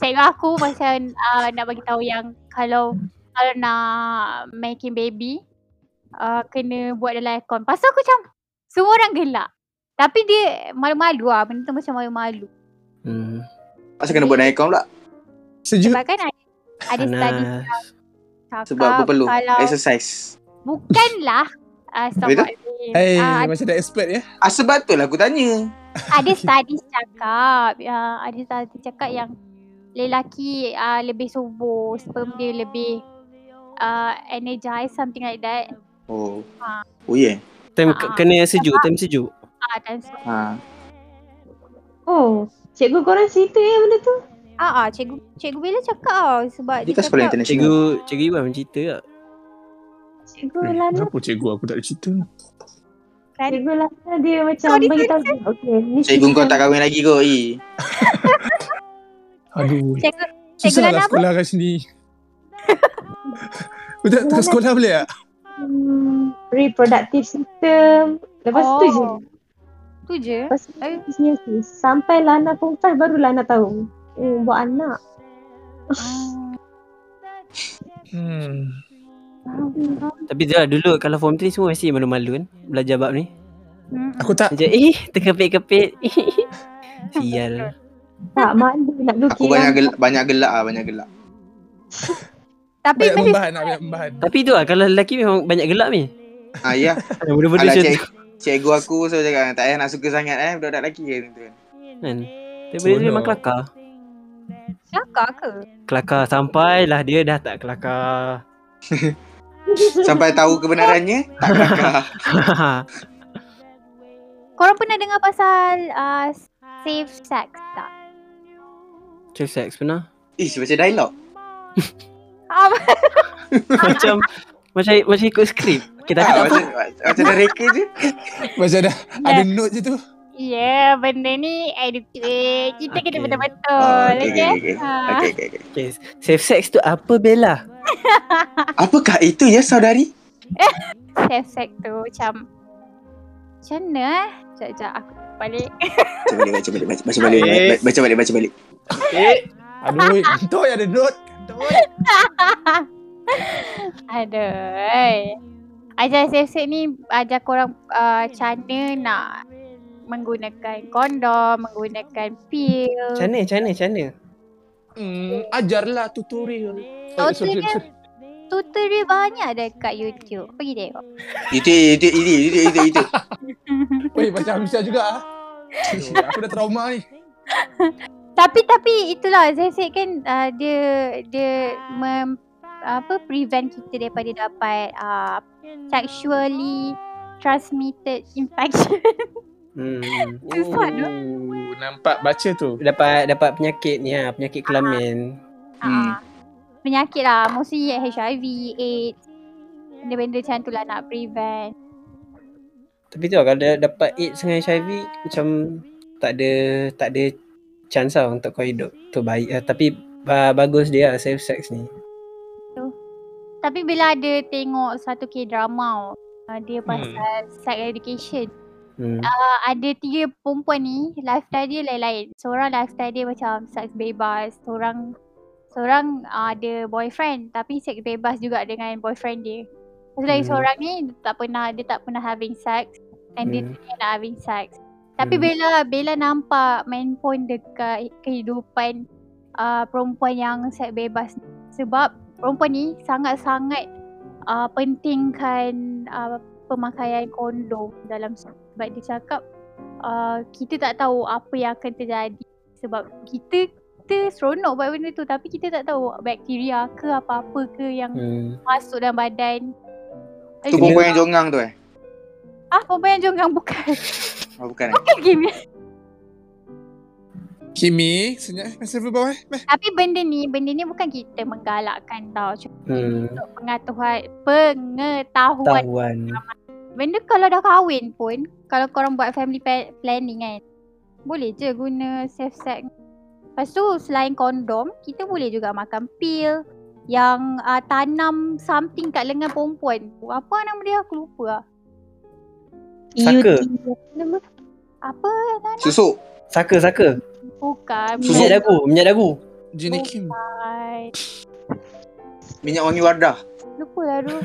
Speaker 1: cikgu aku macam uh, nak bagi tahu yang kalau kalau nak making baby uh, kena buat dalam aircon. Pasal aku macam semua orang gelak. Tapi dia malu-malu lah. Benda tu macam malu-malu.
Speaker 2: Hmm.
Speaker 3: Masa kena buat naik kau pula
Speaker 4: Sejuk.
Speaker 1: Sebab kan ada, ada study
Speaker 2: Panas.
Speaker 1: cakap
Speaker 3: sebab berpeluh
Speaker 1: kalau
Speaker 3: exercise.
Speaker 1: bukanlah uh, stop
Speaker 3: Betul?
Speaker 4: Eh,
Speaker 1: uh,
Speaker 4: macam dah expert ya.
Speaker 3: Ah sebab tu lah aku tanya.
Speaker 1: ada studies cakap uh, ada studies cakap yang lelaki uh, lebih subur sperm dia lebih uh, energized something like that
Speaker 3: Oh.
Speaker 1: Ah.
Speaker 3: Oh yeah.
Speaker 2: Time
Speaker 1: Ah.
Speaker 2: kena sejuk, time sejuk.
Speaker 1: ah dan so
Speaker 3: Ha.
Speaker 5: Oh, cikgu korang cerita ya benda tu?
Speaker 1: ah, ah cikgu cikgu Bella cakap tau sebab
Speaker 3: Dia kan sekolah international.
Speaker 2: Cikgu, cikgu Iwan cerita lah. tak?
Speaker 5: Cikgu
Speaker 4: Eh,
Speaker 5: Lana,
Speaker 4: kenapa cikgu aku tak ada cerita?
Speaker 1: kan
Speaker 5: cikgu Lana dia macam
Speaker 1: Kau
Speaker 5: bagi tahu. Okey, ni
Speaker 3: Cikgu kau
Speaker 5: cerita-
Speaker 3: tak kahwin lagi kau. Eh.
Speaker 4: Aduh,
Speaker 1: cikgu cikgu
Speaker 4: susah
Speaker 1: Lana
Speaker 4: lah
Speaker 1: apa
Speaker 4: sekolah kat sini. Kau tak tak sekolah boleh tak?
Speaker 5: Hmm, reproductive system. Lepas tu je.
Speaker 1: Oh, tu je
Speaker 5: Lepas tu
Speaker 1: Eh.
Speaker 5: bisnes tu. Sampai Lana pun pas baru Lana tahu. Oh, buat anak. Ah,
Speaker 4: Hmm.
Speaker 2: Tapi dah dulu kalau form 3 semua mesti malu-malu kan belajar bab ni.
Speaker 1: Hmm.
Speaker 4: Aku tak.
Speaker 2: Macam eh terkepit-kepit. Sial.
Speaker 5: Tak malu nak
Speaker 3: Aku
Speaker 5: lukis.
Speaker 3: banyak gelak, banyak gelak ah, banyak gelak.
Speaker 1: tapi
Speaker 4: Banyak
Speaker 1: mesti
Speaker 4: membahan, nak banyak membahan.
Speaker 2: Tapi tu lah kalau lelaki memang banyak gelap ni.
Speaker 3: Ah ya.
Speaker 2: Ada benda-benda
Speaker 3: Alah
Speaker 2: macam
Speaker 3: cik,
Speaker 2: tu
Speaker 3: cikgu aku so cakap tak payah nak suka sangat eh budak-budak lelaki ke tu.
Speaker 2: kan. Tapi benda tu memang
Speaker 4: Seronok.
Speaker 2: kelakar.
Speaker 1: cakap ke
Speaker 2: Kelakar sampailah dia dah tak kelakar.
Speaker 3: Sampai tahu kebenarannya tak kelakar.
Speaker 1: korang pernah dengar pasal uh, safe sex tak
Speaker 2: Macam seks pernah.
Speaker 3: Ish macam dialog.
Speaker 1: ah,
Speaker 2: macam macam macam ikut skrip. Kita Eh, tak
Speaker 3: Ah, macam macam ada reka je.
Speaker 4: Macam dah ada note je tu.
Speaker 1: Ya, yeah, benda ni educate. Kita okay. kena
Speaker 2: Okay.
Speaker 1: betul-betul.
Speaker 3: Oh, okay,
Speaker 1: okay,
Speaker 3: okay, okay.
Speaker 1: Ha.
Speaker 3: Okey okey okey.
Speaker 2: okay. Safe sex tu apa Bella?
Speaker 3: Apakah itu ya saudari?
Speaker 1: Safe sex tu macam... Macam mana eh? Sekejap, sekejap. Aku balik.
Speaker 3: Baca balik baca balik baca baca balik
Speaker 2: Eh.
Speaker 3: baca balik baca balik.
Speaker 4: Aduh, kentut ada note. Kentut.
Speaker 1: Aduh. Ajar safe sex ni ajar korang uh, macam mana nak menggunakan kondom, menggunakan pil.
Speaker 2: Macam mana? Macam mana? Macam mana?
Speaker 4: Hmm, ajarlah tutorial.
Speaker 1: Oh, tutorial. Tutorial banyak dekat YouTube. Pergi tengok.
Speaker 3: Itu itu itu itu itu itu.
Speaker 4: Weh, macam Hamzah juga ah. Aduh, aku dah trauma ni.
Speaker 1: Tapi tapi itulah saya said kan uh, dia dia mem, apa prevent kita daripada dapat uh, sexually transmitted infection.
Speaker 2: Hmm.
Speaker 1: Susah, no?
Speaker 4: Oh, nampak baca tu.
Speaker 2: Dapat dapat penyakit ni ah, penyakit kelamin.
Speaker 3: Hmm.
Speaker 1: Hmm. Uh, penyakit lah mostly HIV, AIDS. Benda-benda macam tu lah nak prevent.
Speaker 2: Tapi tu lah, kalau dah dapat AIDS dengan HIV macam tak ada tak ada chance lah untuk kau hidup. Tu baik uh, tapi uh, bagus dia lah, safe sex ni.
Speaker 1: Tapi bila ada tengok satu K-drama uh, dia pasal sex education.
Speaker 2: Hmm.
Speaker 1: Uh, ada tiga perempuan ni lifestyle dia lain-lain. Seorang lifestyle dia macam seks bebas, seorang seorang uh, ada boyfriend tapi seks bebas juga dengan boyfriend dia. Terus lagi
Speaker 2: Hmm.
Speaker 1: seorang ni dia tak pernah dia tak pernah having sex and dia
Speaker 2: Hmm.
Speaker 1: dia nak having sex. Tapi
Speaker 2: Hmm.
Speaker 1: bila bila nampak main phone dekat kehidupan uh, perempuan yang seks bebas ni. sebab perempuan ni sangat-sangat uh, pentingkan uh, pemakaian kondom dalam sebab dia cakap uh, kita tak tahu apa yang akan terjadi sebab kita kita seronok buat benda tu tapi kita tak tahu bakteria ke apa-apa ke yang
Speaker 2: Hmm.
Speaker 1: masuk dalam badan.
Speaker 3: Tu perempuan yang jongang tu eh.
Speaker 1: Ah, perempuan yang jonggang bukan.
Speaker 3: Oh bukan. eh?
Speaker 1: Bukan game.
Speaker 4: Kimi, senyap eh, server bawah eh. Meh.
Speaker 1: Tapi benda ni, benda ni bukan kita menggalakkan tau. Cuma
Speaker 2: Hmm.
Speaker 1: untuk pengetahuan,
Speaker 3: Oh
Speaker 1: pengetahuan.
Speaker 2: Tawan.
Speaker 1: Benda kalau dah kahwin pun, kalau korang buat family pa- planning kan, boleh je guna safe sex. Lepas tu selain kondom, kita boleh juga makan pil, yang uh, tanam something kat lengan perempuan. Apa nama dia aku lupa lah.
Speaker 2: Saka.
Speaker 5: Apa Nama?
Speaker 1: Apa
Speaker 3: Susuk.
Speaker 2: Saka, saka.
Speaker 1: bukan
Speaker 3: Susu.
Speaker 2: Minyak dagu, minyak dagu.
Speaker 4: Jenny Kim.
Speaker 1: bukan.
Speaker 3: Minyak wangi wardah.
Speaker 1: Lupa lah tu.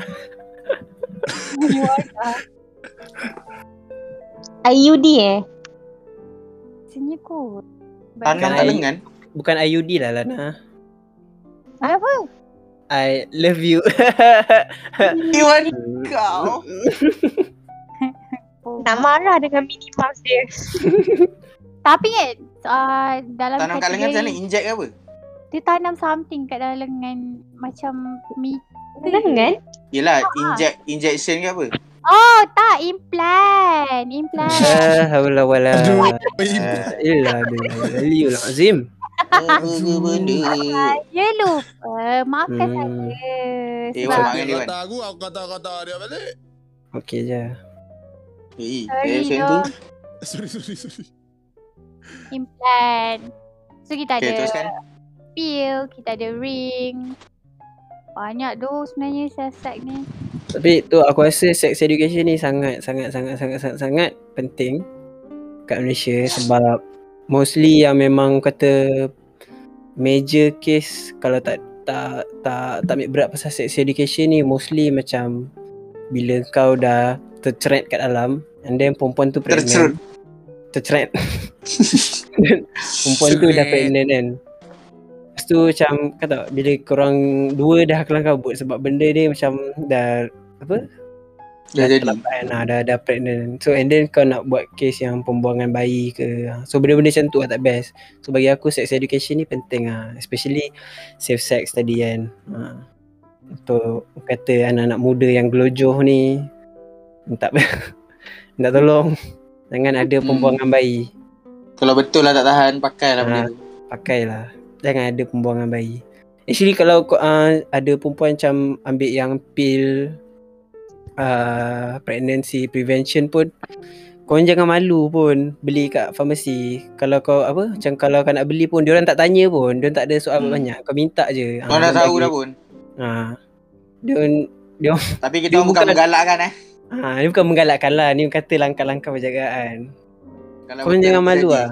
Speaker 5: IUD eh?
Speaker 1: Sini kot.
Speaker 3: Tanam
Speaker 2: Bukan
Speaker 3: kat
Speaker 2: air.
Speaker 3: lengan.
Speaker 2: Bukan IUD lah Lana.
Speaker 1: Apa?
Speaker 2: I love you.
Speaker 3: Iwan kau.
Speaker 1: Oh.
Speaker 5: Nak marah dengan mini mouse dia.
Speaker 1: Tapi kan uh, dalam
Speaker 3: Tanam kat lengan sana inject ke apa?
Speaker 1: dia tanam something kat dalam lengan macam mi
Speaker 5: Lengan?
Speaker 3: Yelah, inject injection ke apa?
Speaker 1: Oh tak implant implant
Speaker 2: La haula Ah, wala.
Speaker 4: Aduh.
Speaker 2: Eh, Ilah Aliyu lah Azim.
Speaker 3: Eh, Apa ke benda?
Speaker 1: Saya lupa maafkan
Speaker 2: Hmm.
Speaker 1: saya
Speaker 3: Eh,
Speaker 1: sebab
Speaker 3: awak makan dia kan?
Speaker 4: aku, aku kata-kata dia balik.
Speaker 2: Okey je.
Speaker 3: Eh,
Speaker 1: Sorry,
Speaker 3: eh, macam tu.
Speaker 4: Sorry, sorry, sorry.
Speaker 1: implant So kita
Speaker 3: Okay,
Speaker 1: ada
Speaker 3: teruskan.
Speaker 1: peel, kita ada ring Banyak tu sebenarnya siasat ni
Speaker 2: Tapi tu aku rasa sex education ni sangat sangat sangat sangat sangat, sangat penting kat Malaysia sebab mostly yang memang kata major case kalau tak tak tak tak ambil berat pasal sex education ni mostly macam bila kau dah terceret kat dalam and then perempuan tu pregnant
Speaker 3: Tercerut.
Speaker 2: terceret perempuan tu dah
Speaker 4: Cerut.
Speaker 2: pregnant kan Lepas tu macam kau tahu bila korang dua dah kelang kabut sebab benda dia macam dah apa
Speaker 3: Dah jadi.
Speaker 2: terlapan, ah, dah, dah pregnant so and then kau nak buat case yang pembuangan bayi ke ah. so benda-benda macam tu lah tak best so bagi aku sex education ni penting ah especially safe sex tadi kan ah. untuk kata anak-anak muda yang gelojoh ni minta minta tolong jangan ada
Speaker 3: Hmm.
Speaker 2: pembuangan bayi
Speaker 3: Kalau betul lah tak tahan, pakailah
Speaker 2: Ah.
Speaker 3: benda tu.
Speaker 2: pakailah jangan ada pembuangan bayi actually kalau kau, uh, ada perempuan macam ambil yang pil uh, pregnancy prevention pun kau jangan malu pun beli kat farmasi kalau kau apa macam kalau kau nak beli pun diorang tak tanya pun diorang tak ada soal
Speaker 3: Hmm.
Speaker 2: hmm. banyak kau minta je Ah,
Speaker 3: Kau dah tahu dah pun.
Speaker 2: ha diorang
Speaker 3: Tapi
Speaker 2: Dia
Speaker 3: kita orang bukan
Speaker 2: bukan-
Speaker 3: menggalakkan eh.
Speaker 2: ha ni bukan menggalakkan lah ni kata langkah-langkah penjagaan
Speaker 3: Kalau
Speaker 2: Kau
Speaker 3: betul
Speaker 2: jangan malu
Speaker 3: terjadi.
Speaker 2: lah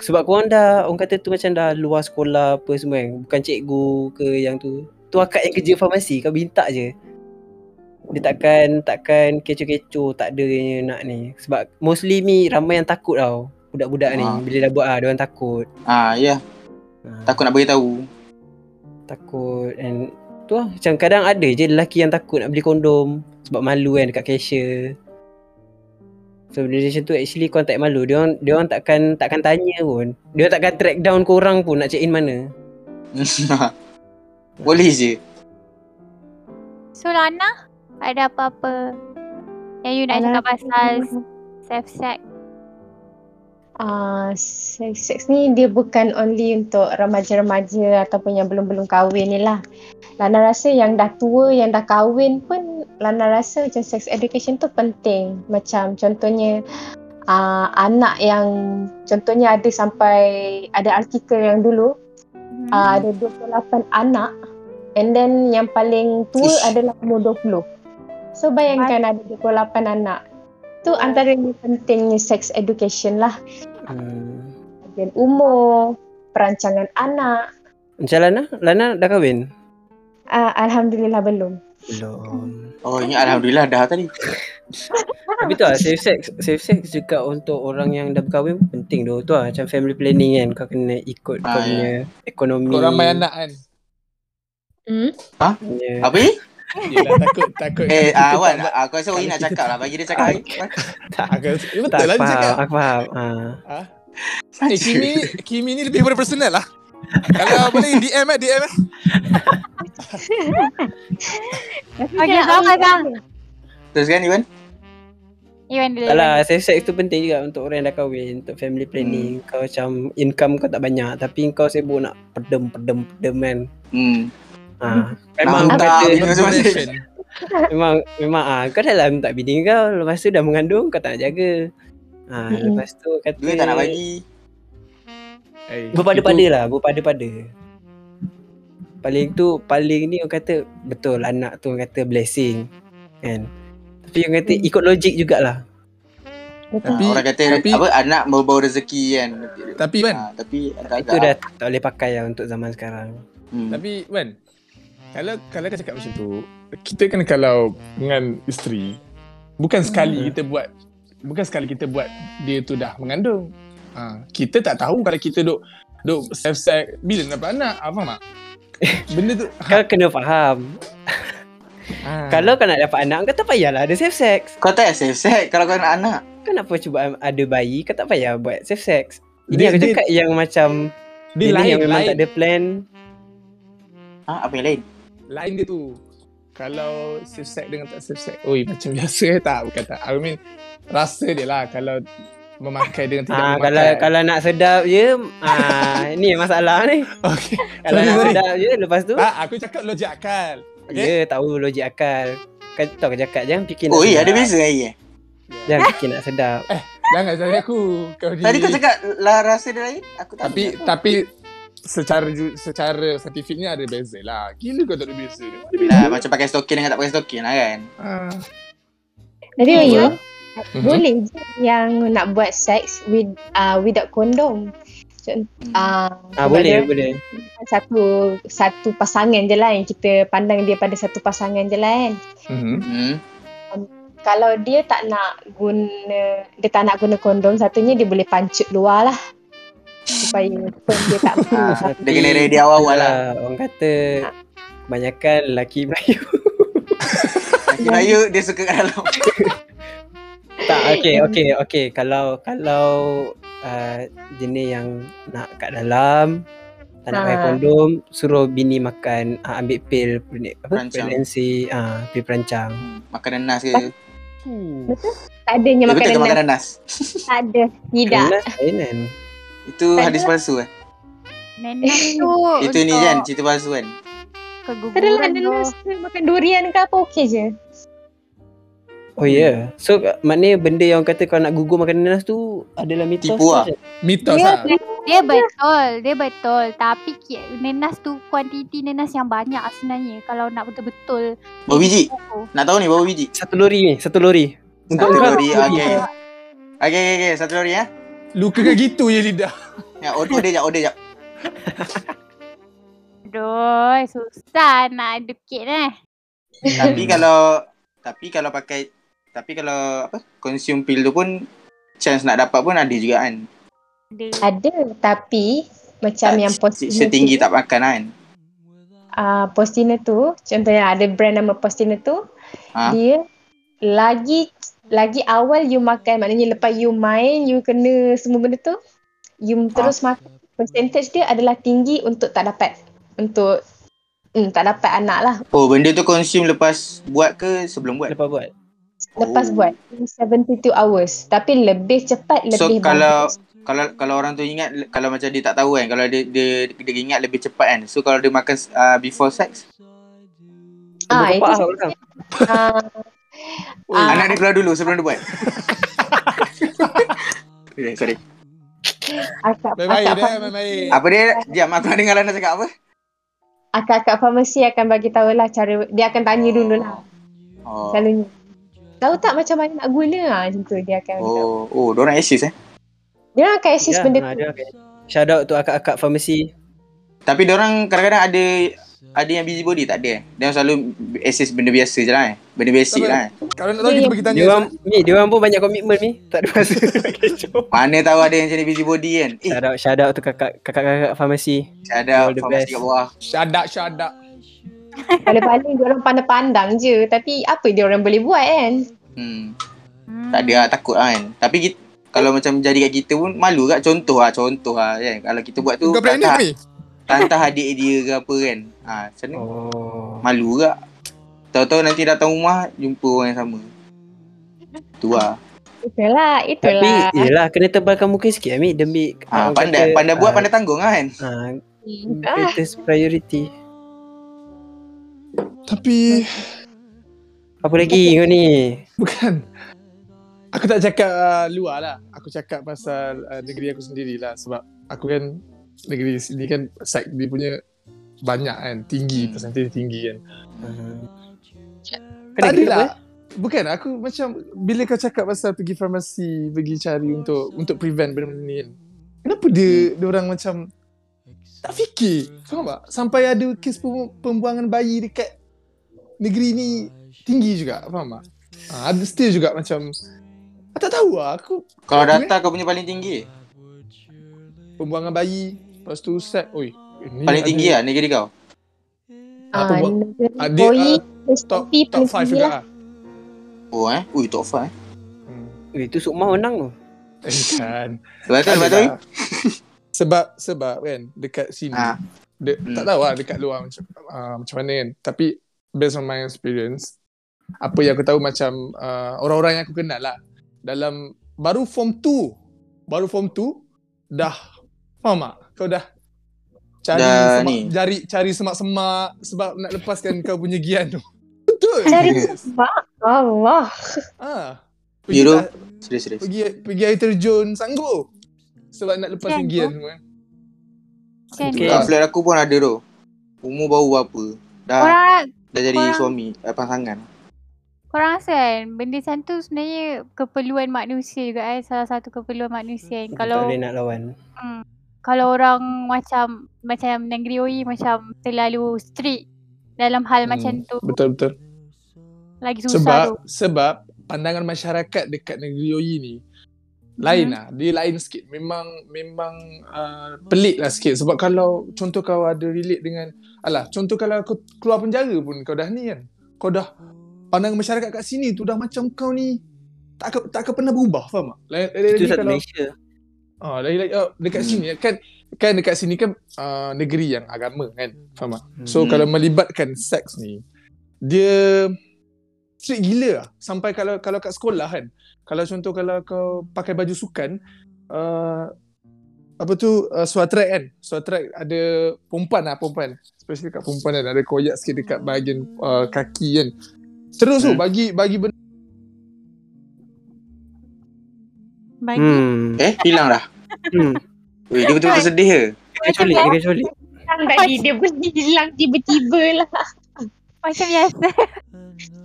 Speaker 2: Sebab korang dah Orang kata tu macam dah Luar sekolah apa semua kan Bukan cikgu ke yang tu Tu akak yang kerja farmasi Kau minta je Dia takkan Takkan kecoh-kecoh Tak ada yang nak ni Sebab mostly ni Ramai yang takut tau Budak-budak ni
Speaker 3: Ah.
Speaker 2: Bila dah buat ah, Diorang takut
Speaker 3: Ah, ya.
Speaker 2: Ah,
Speaker 3: Takut nak beritahu.
Speaker 2: Takut And Tu lah Macam kadang ada je Lelaki yang takut Nak beli kondom Sebab malu kan Dekat cashier So benda macam tu Actually korang tak malu Diorang, diorang takkan Takkan tanya pun Diorang takkan track down korang pun Nak check in mana
Speaker 3: Boleh je.
Speaker 1: So Lana ada apa-apa yang you nak cakap pasal safe sex
Speaker 5: Ah, sex, sex ni dia bukan only untuk remaja-remaja ataupun yang belum-belum kahwin ni lah. Lana rasa yang dah tua, yang dah kahwin pun Lana rasa macam sex education tu penting. Macam contohnya ah, anak yang contohnya ada sampai ada artikel yang dulu
Speaker 1: hmm.
Speaker 5: ah, ada 28 anak and then yang paling tua
Speaker 3: Ish.
Speaker 5: adalah umur 20. So bayangkan ada 28 anak. Tu antara yang pentingnya sex education lah
Speaker 2: hmm.
Speaker 5: kajian umur, perancangan anak.
Speaker 2: Macam Lana Lana dah kahwin?
Speaker 5: Uh, Alhamdulillah belum.
Speaker 2: Belum
Speaker 3: Oh, ini Alhamdulillah dah tadi.
Speaker 2: Tapi tu lah Safe sex Safe sex juga untuk orang yang dah berkahwin pun Penting tu Tu lah macam family planning kan Kau kena ikut
Speaker 3: Ah,
Speaker 2: kau
Speaker 3: ya.
Speaker 2: punya Ekonomi
Speaker 4: Kau ramai anak kan?
Speaker 5: Hmm?
Speaker 2: punya.
Speaker 3: Apa ni?
Speaker 4: Yelah takut, takut.
Speaker 3: Eh,
Speaker 4: Kita
Speaker 3: ah, Wan,
Speaker 4: tak-
Speaker 3: aku rasa Oi nak cakap lah. Bagi dia cakap. Oi.
Speaker 4: Aku, eh,
Speaker 2: Tak
Speaker 4: betul lah dia
Speaker 2: faham
Speaker 4: cakap.
Speaker 2: Aku faham ah.
Speaker 4: Eh, Kimi, Kimi ni lebih daripada personal lah. Kalau boleh DM eh, DM eh.
Speaker 1: Okay, sama kan
Speaker 3: Teruskan, Iwan.
Speaker 1: Iwan dulu
Speaker 2: Tak lah, safe sex tu penting juga untuk orang yang dah kahwin, untuk family planning. Hmm. Kau macam income kau tak banyak tapi kau sibuk nak pedem pedem pedem kan.
Speaker 3: Hmm.
Speaker 2: Ha. Memang
Speaker 3: Nak
Speaker 2: kata,
Speaker 3: hantar bini masing-masing.
Speaker 2: memang memang ah kau dah lah minta bini kau, lepas tu dah mengandung kau tak nak jaga. Ha,
Speaker 5: Mm-mm.
Speaker 2: lepas tu kata
Speaker 3: Duit tak nak bagi.
Speaker 4: Eh,
Speaker 2: Berpada-pada
Speaker 4: itu-
Speaker 2: lah, berpada-pada. paling tu paling ni orang kata betul anak tu orang kata blessing kan tapi orang kata ikut logik jugalah
Speaker 4: Tapi-
Speaker 5: Betul.
Speaker 3: Tapi, Ah, orang kata
Speaker 4: tapi-
Speaker 3: apa anak berbau rezeki kan.
Speaker 4: Tapi kan
Speaker 3: Ha, tapi
Speaker 2: itu
Speaker 3: agak-agak
Speaker 2: dah tak, tak boleh pakai lah untuk zaman sekarang
Speaker 3: hmm.
Speaker 4: Tapi Wan
Speaker 2: Hmm.
Speaker 4: Kalau kalau kau cakap macam tu Kita kan kalau Dengan isteri Bukan
Speaker 2: Hmm.
Speaker 4: sekali kita buat Bukan sekali kita buat Dia tu dah mengandung ha, Kita tak tahu kalau kita duk Duk self-sack Bila nak dapat anak Apa mak? Benda tu
Speaker 2: kau kena faham
Speaker 3: Ah.
Speaker 4: ha.
Speaker 2: kalau kau nak dapat anak kau tak payahlah ada safe sex
Speaker 3: Kau tak safe sex kalau kau nak anak.
Speaker 2: kau nak pun cuba ada bayi kau tak payah buat safe sex ini
Speaker 4: Dia-
Speaker 2: aku
Speaker 4: dia-
Speaker 2: cakap yang macam
Speaker 4: Dia
Speaker 2: ini
Speaker 4: lain
Speaker 2: yang memang
Speaker 4: lain,
Speaker 2: tak ada plan
Speaker 3: Ha, apa yang lain?
Speaker 4: lain dia tu Kalau self-sack dengan tak self-sack Oi macam biasa eh tak Bukan tak I mean Rasa dia lah Kalau Memakai dengan tidak
Speaker 2: ah
Speaker 4: memakai
Speaker 2: kalau kalau nak sedap je ah ni masalah ni
Speaker 4: Okay
Speaker 2: kalau nak
Speaker 4: Sorry, sorry. Ah, eh.
Speaker 2: sedap je lepas tu
Speaker 4: tak, Aku cakap logik akal Okay
Speaker 2: Ya, tahu logik akal. Kau tahu kau cakap jangan fikir nak
Speaker 3: Oh, iya
Speaker 2: sedap.
Speaker 3: ada beza lagi eh.
Speaker 2: Jangan fikir nak sedap.
Speaker 4: Jangan cari aku. Kau ni.
Speaker 3: Tadi kau cakap lah rasa dia lain, aku tak
Speaker 4: tapi
Speaker 3: ingat.
Speaker 4: tapi secara ju- secara saintifiknya ada beza lah. Gila kau tak ada beza. Ada beza.
Speaker 3: lah macam pakai stokin dengan tak pakai stokin lah kan.
Speaker 4: Ah.
Speaker 5: Tapi
Speaker 1: Betul.
Speaker 5: you
Speaker 2: Hmm.
Speaker 4: Mhm.
Speaker 5: boleh je yang nak buat sex with uh, without kondom.
Speaker 3: Hmm.
Speaker 2: Ah
Speaker 5: Ah, sebab
Speaker 2: boleh
Speaker 5: dia
Speaker 2: boleh.
Speaker 5: satu satu pasangan je lah yang kita pandang dia pada satu pasangan je lah kan.
Speaker 4: Mhm.
Speaker 3: Hmm.
Speaker 5: Kalau dia tak nak guna dia tak nak guna kondom satunya dia boleh pancut luar lah supaya sperm dia tak
Speaker 3: Ha, dia
Speaker 2: Tapi-
Speaker 3: kena ready awal-awal
Speaker 2: Ah,
Speaker 3: lah.
Speaker 2: orang kata kan kebanyakan lelaki Melayu.
Speaker 3: Laki Melayu dia suka kat dalam.
Speaker 2: tak okey okey okey kalau kalau uh, jenis yang nak kat dalam tak nak pakai
Speaker 5: Ah.
Speaker 2: kondom suruh bini makan ah, ambil pil pre- apa
Speaker 3: Perancang.
Speaker 2: pregnancy ah pil perancang
Speaker 3: Hmm, Makan nanas ke? Eh,
Speaker 5: tak adanya
Speaker 3: betul ke
Speaker 5: makanan
Speaker 3: makan
Speaker 5: makanan
Speaker 3: nanas?
Speaker 5: tak ada tidak
Speaker 2: Kelas lain kan
Speaker 3: Itu
Speaker 5: Tak
Speaker 3: hadis palsu eh.
Speaker 1: Nenek tu
Speaker 3: Itu ni
Speaker 1: untuk
Speaker 3: kan cerita palsu kan.
Speaker 5: tak ada lah
Speaker 1: Keguguran
Speaker 5: ada
Speaker 1: tu.
Speaker 5: rasa makan durian ke apa okey je
Speaker 2: oh ya yeah. so maknanya benda yang kata kau nak gugur makan nanas tu adalah mitos
Speaker 3: Tipu ah.
Speaker 2: ke?
Speaker 4: Mitos
Speaker 5: Dia
Speaker 4: lah.
Speaker 1: Dia betul, dia betul. Tapi ki- nenas tu kuantiti nenas yang banyak sebenarnya kalau nak betul-betul.
Speaker 3: Berapa biji?
Speaker 1: Oh,
Speaker 3: Nak tahu ni berapa biji?
Speaker 2: satu lori ni satu lori
Speaker 3: Satu
Speaker 2: Untuk kau,
Speaker 3: lori.
Speaker 2: satu
Speaker 3: Okey. Okey okey okey, satu lori eh.
Speaker 4: Luka ke gitu je lidah.
Speaker 3: Ya, order dia jap, order jap.
Speaker 1: Aduh, susah nak educate eh.
Speaker 3: Tapi kalau tapi kalau pakai tapi kalau apa consume pill tu pun chance nak dapat pun ada juga kan.
Speaker 1: Ada.
Speaker 5: ada tapi macam
Speaker 3: Tak
Speaker 5: yang
Speaker 3: se-
Speaker 5: postina
Speaker 3: setinggi
Speaker 5: tu,
Speaker 3: tak makan kan.
Speaker 5: uh, postina tu contohnya ada brand nama postina tu
Speaker 3: Ha?
Speaker 5: dia lagi lagi awal you makan maknanya lepas you main you kena semua benda tu
Speaker 3: Ah.
Speaker 5: you terus makan percentage dia adalah tinggi untuk tak dapat untuk mm, tak dapat anak lah
Speaker 3: Oh, benda tu consume lepas buat ke sebelum buat?
Speaker 2: lepas buat
Speaker 5: lepas
Speaker 3: Oh.
Speaker 5: buat 72 hours tapi lebih cepat
Speaker 3: So,
Speaker 5: lebih
Speaker 3: kalau-
Speaker 5: bagus
Speaker 3: Kalau kalau orang tu ingat le- kalau macam dia tak tahu kan, kalau dia dia dia ingat lebih cepat kan. So kalau dia makan uh, before sex,
Speaker 5: ah
Speaker 2: Berapa
Speaker 5: itu
Speaker 2: ah, orang?
Speaker 5: ah,
Speaker 3: uh.
Speaker 5: ah,
Speaker 3: anak dia keluar dulu sebelum dia buat. Eh, Sorry.
Speaker 5: akak
Speaker 4: Baik-baik
Speaker 5: akak
Speaker 4: dia,
Speaker 5: farmasi-
Speaker 4: baik-baik.
Speaker 3: Apa dia? Diam, aku nak dengar Lana cakap apa?
Speaker 5: akak-akak farmasi akan bagi tahu lah cara dia akan tanya dulu lah
Speaker 3: Oh.
Speaker 5: selalunya tahu tak macam mana nak guna ah macam tu dia akan oh.
Speaker 3: Oh, oh, diorang assist eh.
Speaker 5: dia orang akan assist
Speaker 2: Ya,
Speaker 5: benda
Speaker 2: ah,
Speaker 5: tu
Speaker 2: dia akan- Shout out tu akak-akak farmasi.
Speaker 3: Tapi diorang kadang-kadang ada ada yang busy body tak ada eh. Dia selalu assist benda biasa je lah eh. Benda basic
Speaker 4: Tak
Speaker 3: lah eh.
Speaker 4: Kalau nak tahu
Speaker 5: Dia-
Speaker 4: kita pergi tanya.
Speaker 2: Dia orang ni dia orang pun banyak komitmen ni. Tak ada masa nak kecoh.
Speaker 3: Mana tahu ada yang macam ni busy body kan. Eh,
Speaker 2: Shout out shout out tu kakak kakak-kakak farmasi.
Speaker 3: ada
Speaker 2: All the
Speaker 3: farmasi
Speaker 2: best.
Speaker 3: kat bawah.
Speaker 4: Shut up, shut up.
Speaker 5: Kalau paling dia orang pandang-pandang je tapi apa dia orang boleh buat kan?
Speaker 3: Hmm.
Speaker 1: Hmm.
Speaker 3: Tak ada lah, takut lah kan. Tapi kita, kalau macam jadi kat kita pun malu kat contoh lah, contoh lah kan. Kalau kita buat tu,
Speaker 4: Kau pregnant
Speaker 3: tantah,
Speaker 4: ni?
Speaker 3: tantah adik dia ke apa kan. Ha, macam ni
Speaker 2: Oh.
Speaker 3: malu kat. Tahu-tahu nanti datang rumah, jumpa orang yang sama. Tu lah.
Speaker 5: Itulah, itulah.
Speaker 2: Tapi
Speaker 4: ya.
Speaker 2: yelah kena tebalkan muka sikit Amik demi
Speaker 3: Ha,
Speaker 2: orang
Speaker 3: pandai,
Speaker 2: kata,
Speaker 3: pandai buat,
Speaker 2: ah,
Speaker 3: pandai tanggung lah kan.
Speaker 2: ah,
Speaker 5: Ah,
Speaker 2: greatest priority.
Speaker 4: Tapi
Speaker 2: Apa lagi kau ni?
Speaker 4: Bukan. Aku tak cakap uh, luar lah. Aku cakap ah, pasal uh, negeri aku sendiri lah sebab aku kan negeri sini kan side dia punya banyak kan tinggi
Speaker 3: Hmm.
Speaker 4: percentage tinggi kan
Speaker 2: Uh,
Speaker 4: tak adalah bukan aku macam bila kau cakap pasal pergi farmasi pergi cari untuk untuk prevent benda-benda ni kan kenapa dia dia orang macam tak fikir faham tak sampai ada kes pem- pembuangan bayi dekat negeri ni tinggi juga faham tak ha, ada still juga macam aku tak tahu lah aku
Speaker 3: Kalau
Speaker 4: Okey.
Speaker 3: data kau punya paling tinggi
Speaker 4: pembuangan bayi lepas tu set oi ini
Speaker 3: Paling
Speaker 4: ada-
Speaker 3: tinggi lah negeri kau
Speaker 4: Ah,
Speaker 5: Ah,
Speaker 4: pembuang-
Speaker 5: negeri
Speaker 4: ah, dia,
Speaker 5: Boyi,
Speaker 4: top
Speaker 5: STP
Speaker 4: top 5
Speaker 5: paling tinggi
Speaker 4: juga
Speaker 5: lah.
Speaker 4: lah
Speaker 3: Oh eh Ui top 5 eh
Speaker 4: hmm.
Speaker 2: Eh, itu Sukma menang tu.
Speaker 4: eh, kan
Speaker 3: Sebab tu eh? Sebab tu
Speaker 4: Adalah. sebab sebab kan dekat sini
Speaker 3: Ah.
Speaker 4: de,
Speaker 3: Hmm.
Speaker 4: tak tahu lah dekat luar macam uh, macam mana kan tapi based on my experience apa yang aku tahu macam uh, orang-orang yang aku kenal lah dalam baru form 2 baru form 2 dah faham tak kau dah cari
Speaker 3: Dah
Speaker 4: semak,
Speaker 3: ni.
Speaker 4: cari cari semak-semak sebab nak lepaskan kau punya gian tu betul
Speaker 5: Cari sebab Allah.
Speaker 4: ah
Speaker 3: You know?
Speaker 4: pergi,
Speaker 3: Serius serius
Speaker 4: pergi pergi air terjun sanggup sebab nak lepaskan
Speaker 1: Kan,
Speaker 4: gian semua
Speaker 1: Kan?
Speaker 2: Okay.
Speaker 3: Kat flat aku pun ada tu Umur baru berapa Dah
Speaker 1: Korang
Speaker 3: dah jadi
Speaker 1: korang-
Speaker 3: suami eh, Pasangan
Speaker 1: korang rasa kan benda macam tu sebenarnya keperluan manusia juga eh salah satu keperluan manusia kan.
Speaker 2: Kalau tak
Speaker 1: Kalau hmm,
Speaker 2: boleh nak lawan.
Speaker 1: kalau orang macam macam negeri OE macam terlalu strict dalam hal
Speaker 4: Hmm,
Speaker 1: macam tu
Speaker 4: betul betul
Speaker 1: lagi
Speaker 4: sebab
Speaker 1: susah tu.
Speaker 4: sebab pandangan masyarakat dekat negeri OE ni lain lah dia lain sikit memang memang uh, pelik lah sikit sebab kalau contoh kau ada relate dengan alah contoh kalau kau keluar penjara pun kau dah ni kan kau dah pandangan masyarakat kat sini tu dah macam kau ni tak akan, tak akan pernah berubah faham tak lain,
Speaker 2: Itu
Speaker 4: lain lagi
Speaker 2: satu
Speaker 4: kalau
Speaker 2: Malaysia.
Speaker 4: ah lain lagi oh, dekat
Speaker 3: Hmm.
Speaker 4: sini kan kan dekat sini kan uh, negeri yang agama kan faham tak So
Speaker 3: Hmm.
Speaker 4: kalau melibatkan seks ni dia strict gila lah. sampai kalau kalau kat sekolah kan. Kalau contoh kalau kau pakai baju sukan uh, apa tu uh, suatrek kan. Suatrek ada perempuan lah perempuan. Especially kat perempuan kan ada koyak sikit dekat bahagian uh, kaki kan. Terus
Speaker 3: Hmm.
Speaker 4: tu bagi bagi benda
Speaker 1: Bagi
Speaker 2: Hmm.
Speaker 3: Eh hilang dah
Speaker 2: hmm.
Speaker 3: Ui, Dia betul-betul sedih ke
Speaker 2: Dia kecolik, dia kecolik.
Speaker 5: Hilang tadi dia pun hilang tiba-tiba lah.
Speaker 1: macam biasa.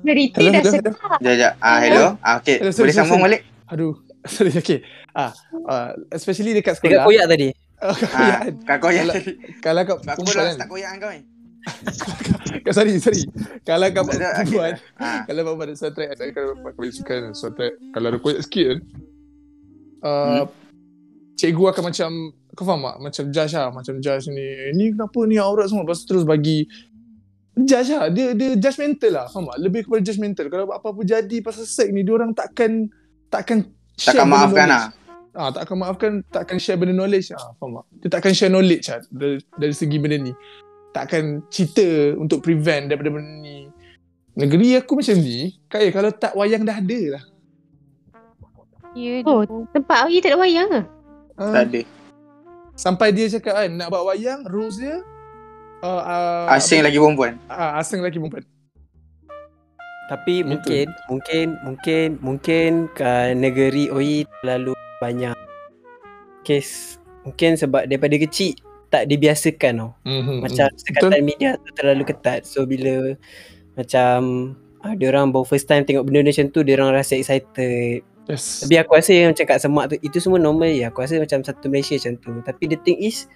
Speaker 5: Berita
Speaker 4: Hello,
Speaker 5: dah
Speaker 4: hello,
Speaker 5: sedap.
Speaker 3: Sekejap sekejap Ah hello ah, Okay
Speaker 4: Hello,
Speaker 3: Boleh
Speaker 4: sorry,
Speaker 3: sambung
Speaker 4: sorry.
Speaker 3: balik
Speaker 4: aduh sorry okey. Ah uh, especially dekat
Speaker 2: Dia kat
Speaker 4: sekolah.
Speaker 2: koyak tadi.
Speaker 4: Ah, kau koyak
Speaker 3: Ah,
Speaker 4: kan.
Speaker 3: Kak koyak
Speaker 4: Kalau- Kalau kau
Speaker 3: Aku
Speaker 4: perempuan
Speaker 3: dah
Speaker 4: kan.
Speaker 3: tak koyak dengan kau ni
Speaker 4: Kau sorry, sorry. Kalau kau
Speaker 3: Tak ada, okay.
Speaker 4: perempuan
Speaker 3: Ah.
Speaker 4: Kalau bapak ada soundtrack Saya kalau bapak boleh suka soundtrack Kalau ada koyak sikit kan
Speaker 3: Hmm.
Speaker 4: uh, Cikgu akan macam Kau faham tak? Macam judge lah Macam judge ni eh, Ni kenapa ni aurat semua Lepas tu terus bagi Judge lah Dia, dia judgemental lah Faham tak? Lebih kepada judgemental Kalau apa-apa jadi pasal seks ni Diorang takkan Takkan share
Speaker 3: Takkan
Speaker 4: benda
Speaker 3: maafkan
Speaker 4: knowledge.
Speaker 3: lah
Speaker 4: Ah, tak akan maafkan, tak akan share benda knowledge ah, faham tak? Dia tak akan share knowledge ah, dari, dari segi benda ni. Tak akan cerita untuk prevent daripada benda ni. Negeri aku macam ni, kaya kalau tak wayang dah ada lah.
Speaker 1: Ya
Speaker 5: Oh,
Speaker 1: tu.
Speaker 5: tempat awak tak ada wayang ke?
Speaker 3: Tak
Speaker 4: Ah,
Speaker 3: ada
Speaker 4: sampai dia cakap kan, nak buat wayang, rules dia, uh, uh,
Speaker 3: Asing lagi perempuan
Speaker 4: Uh, asing lagi perempuan.
Speaker 2: Tapi mungkin, mungkin, mungkin, mungkin ke negeri OI terlalu banyak kes. Mungkin sebab daripada kecil tak dibiasakan oh. tau.
Speaker 4: Mm-hmm.
Speaker 2: Macam sekatan media tu terlalu ketat. So bila macam ah, diorang baru first time tengok benda-benda macam tu, diorang rasa excited.
Speaker 4: yes.
Speaker 2: Tapi aku rasa yang macam kat Semak tu Itu semua normal je Aku rasa macam satu Malaysia macam tu Tapi the thing is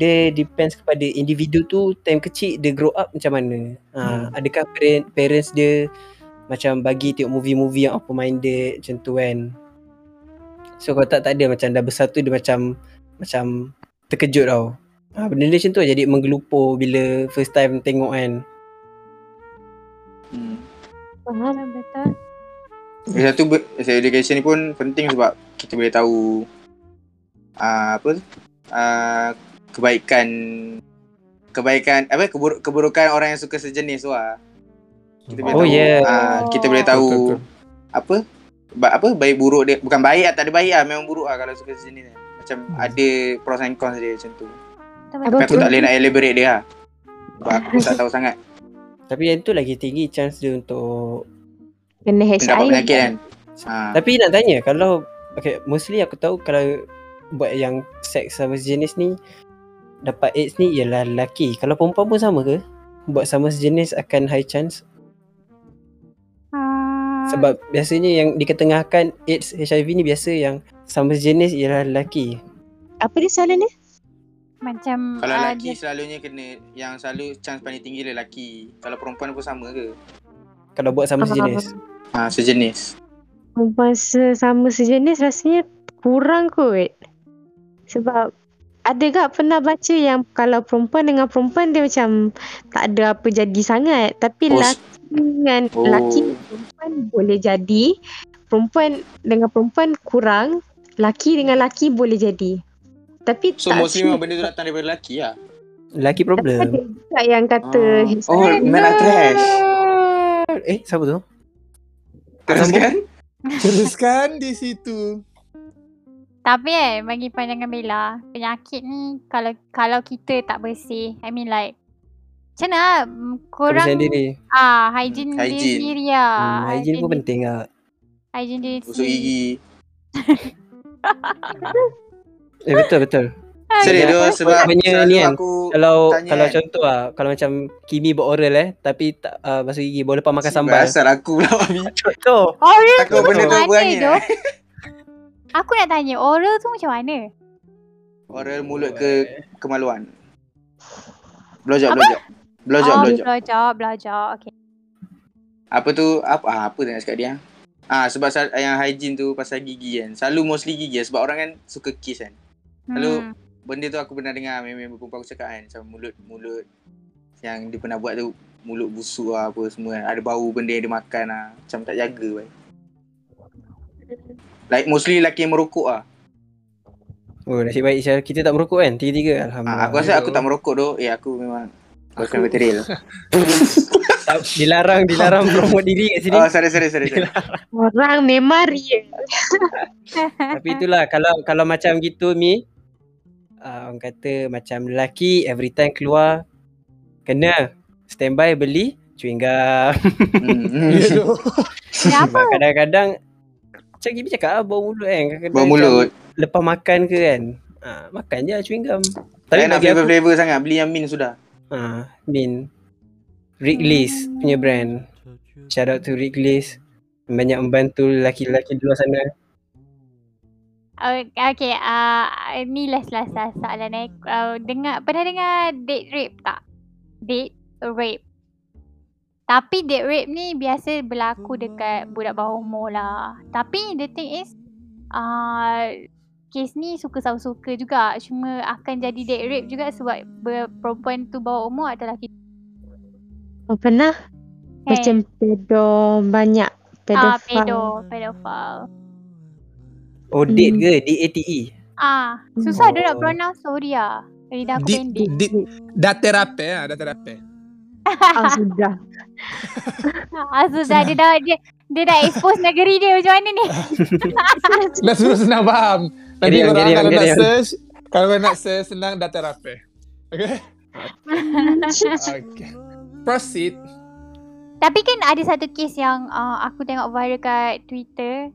Speaker 2: Dia depends kepada individu tu Time kecil dia grow up macam mana ha, Adakah parent, parents dia Macam bagi tengok movie-movie yang open minded Macam tu kan So kalau tak tak ada macam dah besar tu dia macam Macam terkejut tau ha, Benda dia macam tu lah, jadi menggelupur bila first time tengok kan
Speaker 3: Hmm.
Speaker 5: Faham.
Speaker 1: Betul.
Speaker 3: Lagi satu ber- sex education ni pun penting sebab kita boleh tahu uh, apa tu? uh, kebaikan kebaikan apa kebur- keburukan orang yang suka sejenis tu lah. Kita boleh
Speaker 2: Oh,
Speaker 3: tahu
Speaker 2: yeah.
Speaker 3: uh, kita boleh tahu
Speaker 4: Betul, betul.
Speaker 3: apa ba- apa baik buruk dia bukan baik lah, tak ada baik lah memang buruk lah kalau suka sejenis ni. Macam
Speaker 4: Hmm.
Speaker 3: ada pros and cons dia macam
Speaker 1: Betul.
Speaker 3: tu.
Speaker 5: Abang
Speaker 1: betul.
Speaker 3: Bukan aku tak boleh nak elaborate dia lah. Sebab aku tak tahu sangat
Speaker 2: Tapi yang tu lagi tinggi chance dia untuk
Speaker 5: Kena
Speaker 3: pendapat
Speaker 5: HIV.
Speaker 3: penyakit kan. Ah.
Speaker 2: Tapi nak tanya kalau okay, mostly aku tahu kalau buat yang seks sama sejenis ni dapat AIDS ni ialah lelaki. Kalau perempuan pun sama ke? Buat sama sejenis akan high chance
Speaker 1: Ah,
Speaker 2: sebab biasanya yang diketengahkan AIDS HIV ni biasa yang sama sejenis ialah lelaki.
Speaker 6: Apa dia soalan dia?
Speaker 1: macam
Speaker 3: Kalau
Speaker 1: ah,
Speaker 3: lelaki selalunya kena yang selalu chance paling tinggi lelaki. Kalau perempuan pun sama ke?
Speaker 2: Kalau buat
Speaker 6: Ah.
Speaker 2: sama sejenis.
Speaker 3: Ha, sejenis.
Speaker 6: Perempuan se- sama sejenis rasanya kurang kot. Sebab ada gak pernah baca yang kalau perempuan dengan perempuan dia macam tak ada apa jadi sangat. Tapi
Speaker 3: Oh,
Speaker 6: laki dengan
Speaker 3: oh.
Speaker 6: laki dengan perempuan boleh jadi. Perempuan dengan perempuan kurang. Laki dengan laki boleh jadi. Tapi
Speaker 3: So
Speaker 6: tak
Speaker 3: mostly
Speaker 6: sure.
Speaker 3: memang benda tu datang daripada lelaki lah.
Speaker 2: Lelaki
Speaker 6: Tapi ada
Speaker 2: problem.
Speaker 6: juga yang kata
Speaker 3: Ah. Oh, men are trash.
Speaker 2: Eh, siapa tu?
Speaker 3: Terus kan?
Speaker 4: Teruskan di situ.
Speaker 1: Tapi eh bagi pandangan Bella, penyakit ni kalau kalau kita tak bersih, I mean like macam mana lah, mm, korang
Speaker 2: Kebersihan diri.
Speaker 1: ah hygiene,
Speaker 3: Hmm,
Speaker 1: diri
Speaker 3: hygiene.
Speaker 1: sendiri lah.
Speaker 2: Hmm, hygiene pun
Speaker 1: di-
Speaker 2: penting ah.
Speaker 1: Hygiene diri
Speaker 3: Busuk gigi.
Speaker 2: Eh betul betul.
Speaker 3: Serius
Speaker 2: Jangan-
Speaker 3: doh, sebab
Speaker 2: Maknanya
Speaker 3: selalu
Speaker 2: ni kan,
Speaker 3: aku
Speaker 2: Kalau
Speaker 3: Tanya
Speaker 2: kalau
Speaker 3: kan?
Speaker 2: contoh ah, kalau macam Kimi buat oral eh tapi tak uh, basuh gigi boleh lepas makan
Speaker 3: Cik,
Speaker 2: sambal.
Speaker 3: Asal aku pula Mami.
Speaker 2: Contoh.
Speaker 1: Oh, ya.
Speaker 3: Takut
Speaker 2: Betul.
Speaker 3: benda tu eh?
Speaker 1: Ada
Speaker 3: berani.
Speaker 1: doh. Aku nak tanya, oral tu macam mana?
Speaker 3: Oral mulut ke kemaluan. Blowjob, blowjob. Blowjob,
Speaker 1: oh,
Speaker 3: blowjob.
Speaker 1: blowjob, blowjob. Okay.
Speaker 3: Apa tu? Apa ah, apa nak cakap dia? Ah sebab sal- yang hygiene tu pasal gigi kan. Selalu mostly gigi lah, sebab orang kan suka kiss kan. Lalu-
Speaker 1: Hmm.
Speaker 3: Benda tu aku pernah dengar memang perempuan aku cakap kan macam mulut-mulut yang dia pernah buat tu mulut busuk lah apa semua kan. Ada bau benda yang dia makan lah. Macam tak jaga kan. Like mostly lelaki yang merokok lah.
Speaker 2: Oh nasib baik Syah kita tak merokok kan tiga-tiga
Speaker 3: Ah,
Speaker 2: alhamdulillah.
Speaker 3: aku rasa aku tak merokok doh. Ya aku memang aku kena betul.
Speaker 2: Tak- dilarang dilarang promote diri kat sini.
Speaker 3: Oh, sorry, sorry, sorry. sorry.
Speaker 6: orang memang real.
Speaker 3: Ah,
Speaker 2: Tapi itulah kalau kalau macam gitu Mi uh, orang kata macam lelaki every time keluar kena standby beli chewing gum.
Speaker 4: Ya
Speaker 3: Hmm.
Speaker 4: tu.
Speaker 1: Kenapa?
Speaker 2: Sebab kadang-kadang macam Gibi cakap ah, bau mulut kan. Kadang-kadang
Speaker 3: Bau mulut.
Speaker 2: macam Lepas makan ke kan. Ah, makan je chewing gum. Tapi
Speaker 3: Tapi
Speaker 2: bagi aku
Speaker 3: nak flavor-flavor sangat. Beli yang min sudah.
Speaker 2: ah, Min Wrigley's punya brand. Shout out to Wrigley's. Banyak membantu lelaki-lelaki di luar sana.
Speaker 1: Uh, okay, uh, ni last last last soalan eh. Uh, dengar pernah dengar date rape tak? Date rape. Tapi date rape ni biasa berlaku dekat budak bawah umur lah. Tapi the thing is uh, kes ni suka sama suka juga. Cuma akan jadi date rape juga sebab ber- perempuan tu bawah umur adalah kita.
Speaker 6: Oh, pernah macam pedo banyak
Speaker 1: ah,
Speaker 6: pedofil.
Speaker 1: pedo, pedofil.
Speaker 2: Oh, date
Speaker 6: Hmm.
Speaker 2: ke? D-A-T-E. E.
Speaker 1: Ah, susah dia nak
Speaker 2: Oh.
Speaker 1: pronounce sorry ah. Lidah aku
Speaker 4: Di,
Speaker 1: pendek.
Speaker 4: di, dah terapi ah, dah terapi.
Speaker 6: Ah, sudah.
Speaker 1: Ah, Azuzah dia dah dia, dia dah expose negeri dia macam mana ni?
Speaker 4: Dah suruh senang faham. Nanti
Speaker 2: Carry on,
Speaker 4: korang
Speaker 2: carry on,
Speaker 4: kalau nak
Speaker 2: carry on.
Speaker 4: search, kalau korang nak search senang dah terapi. Okay? okay. Proceed.
Speaker 1: tapi kan ada satu kes yang uh, aku tengok viral kat Twitter.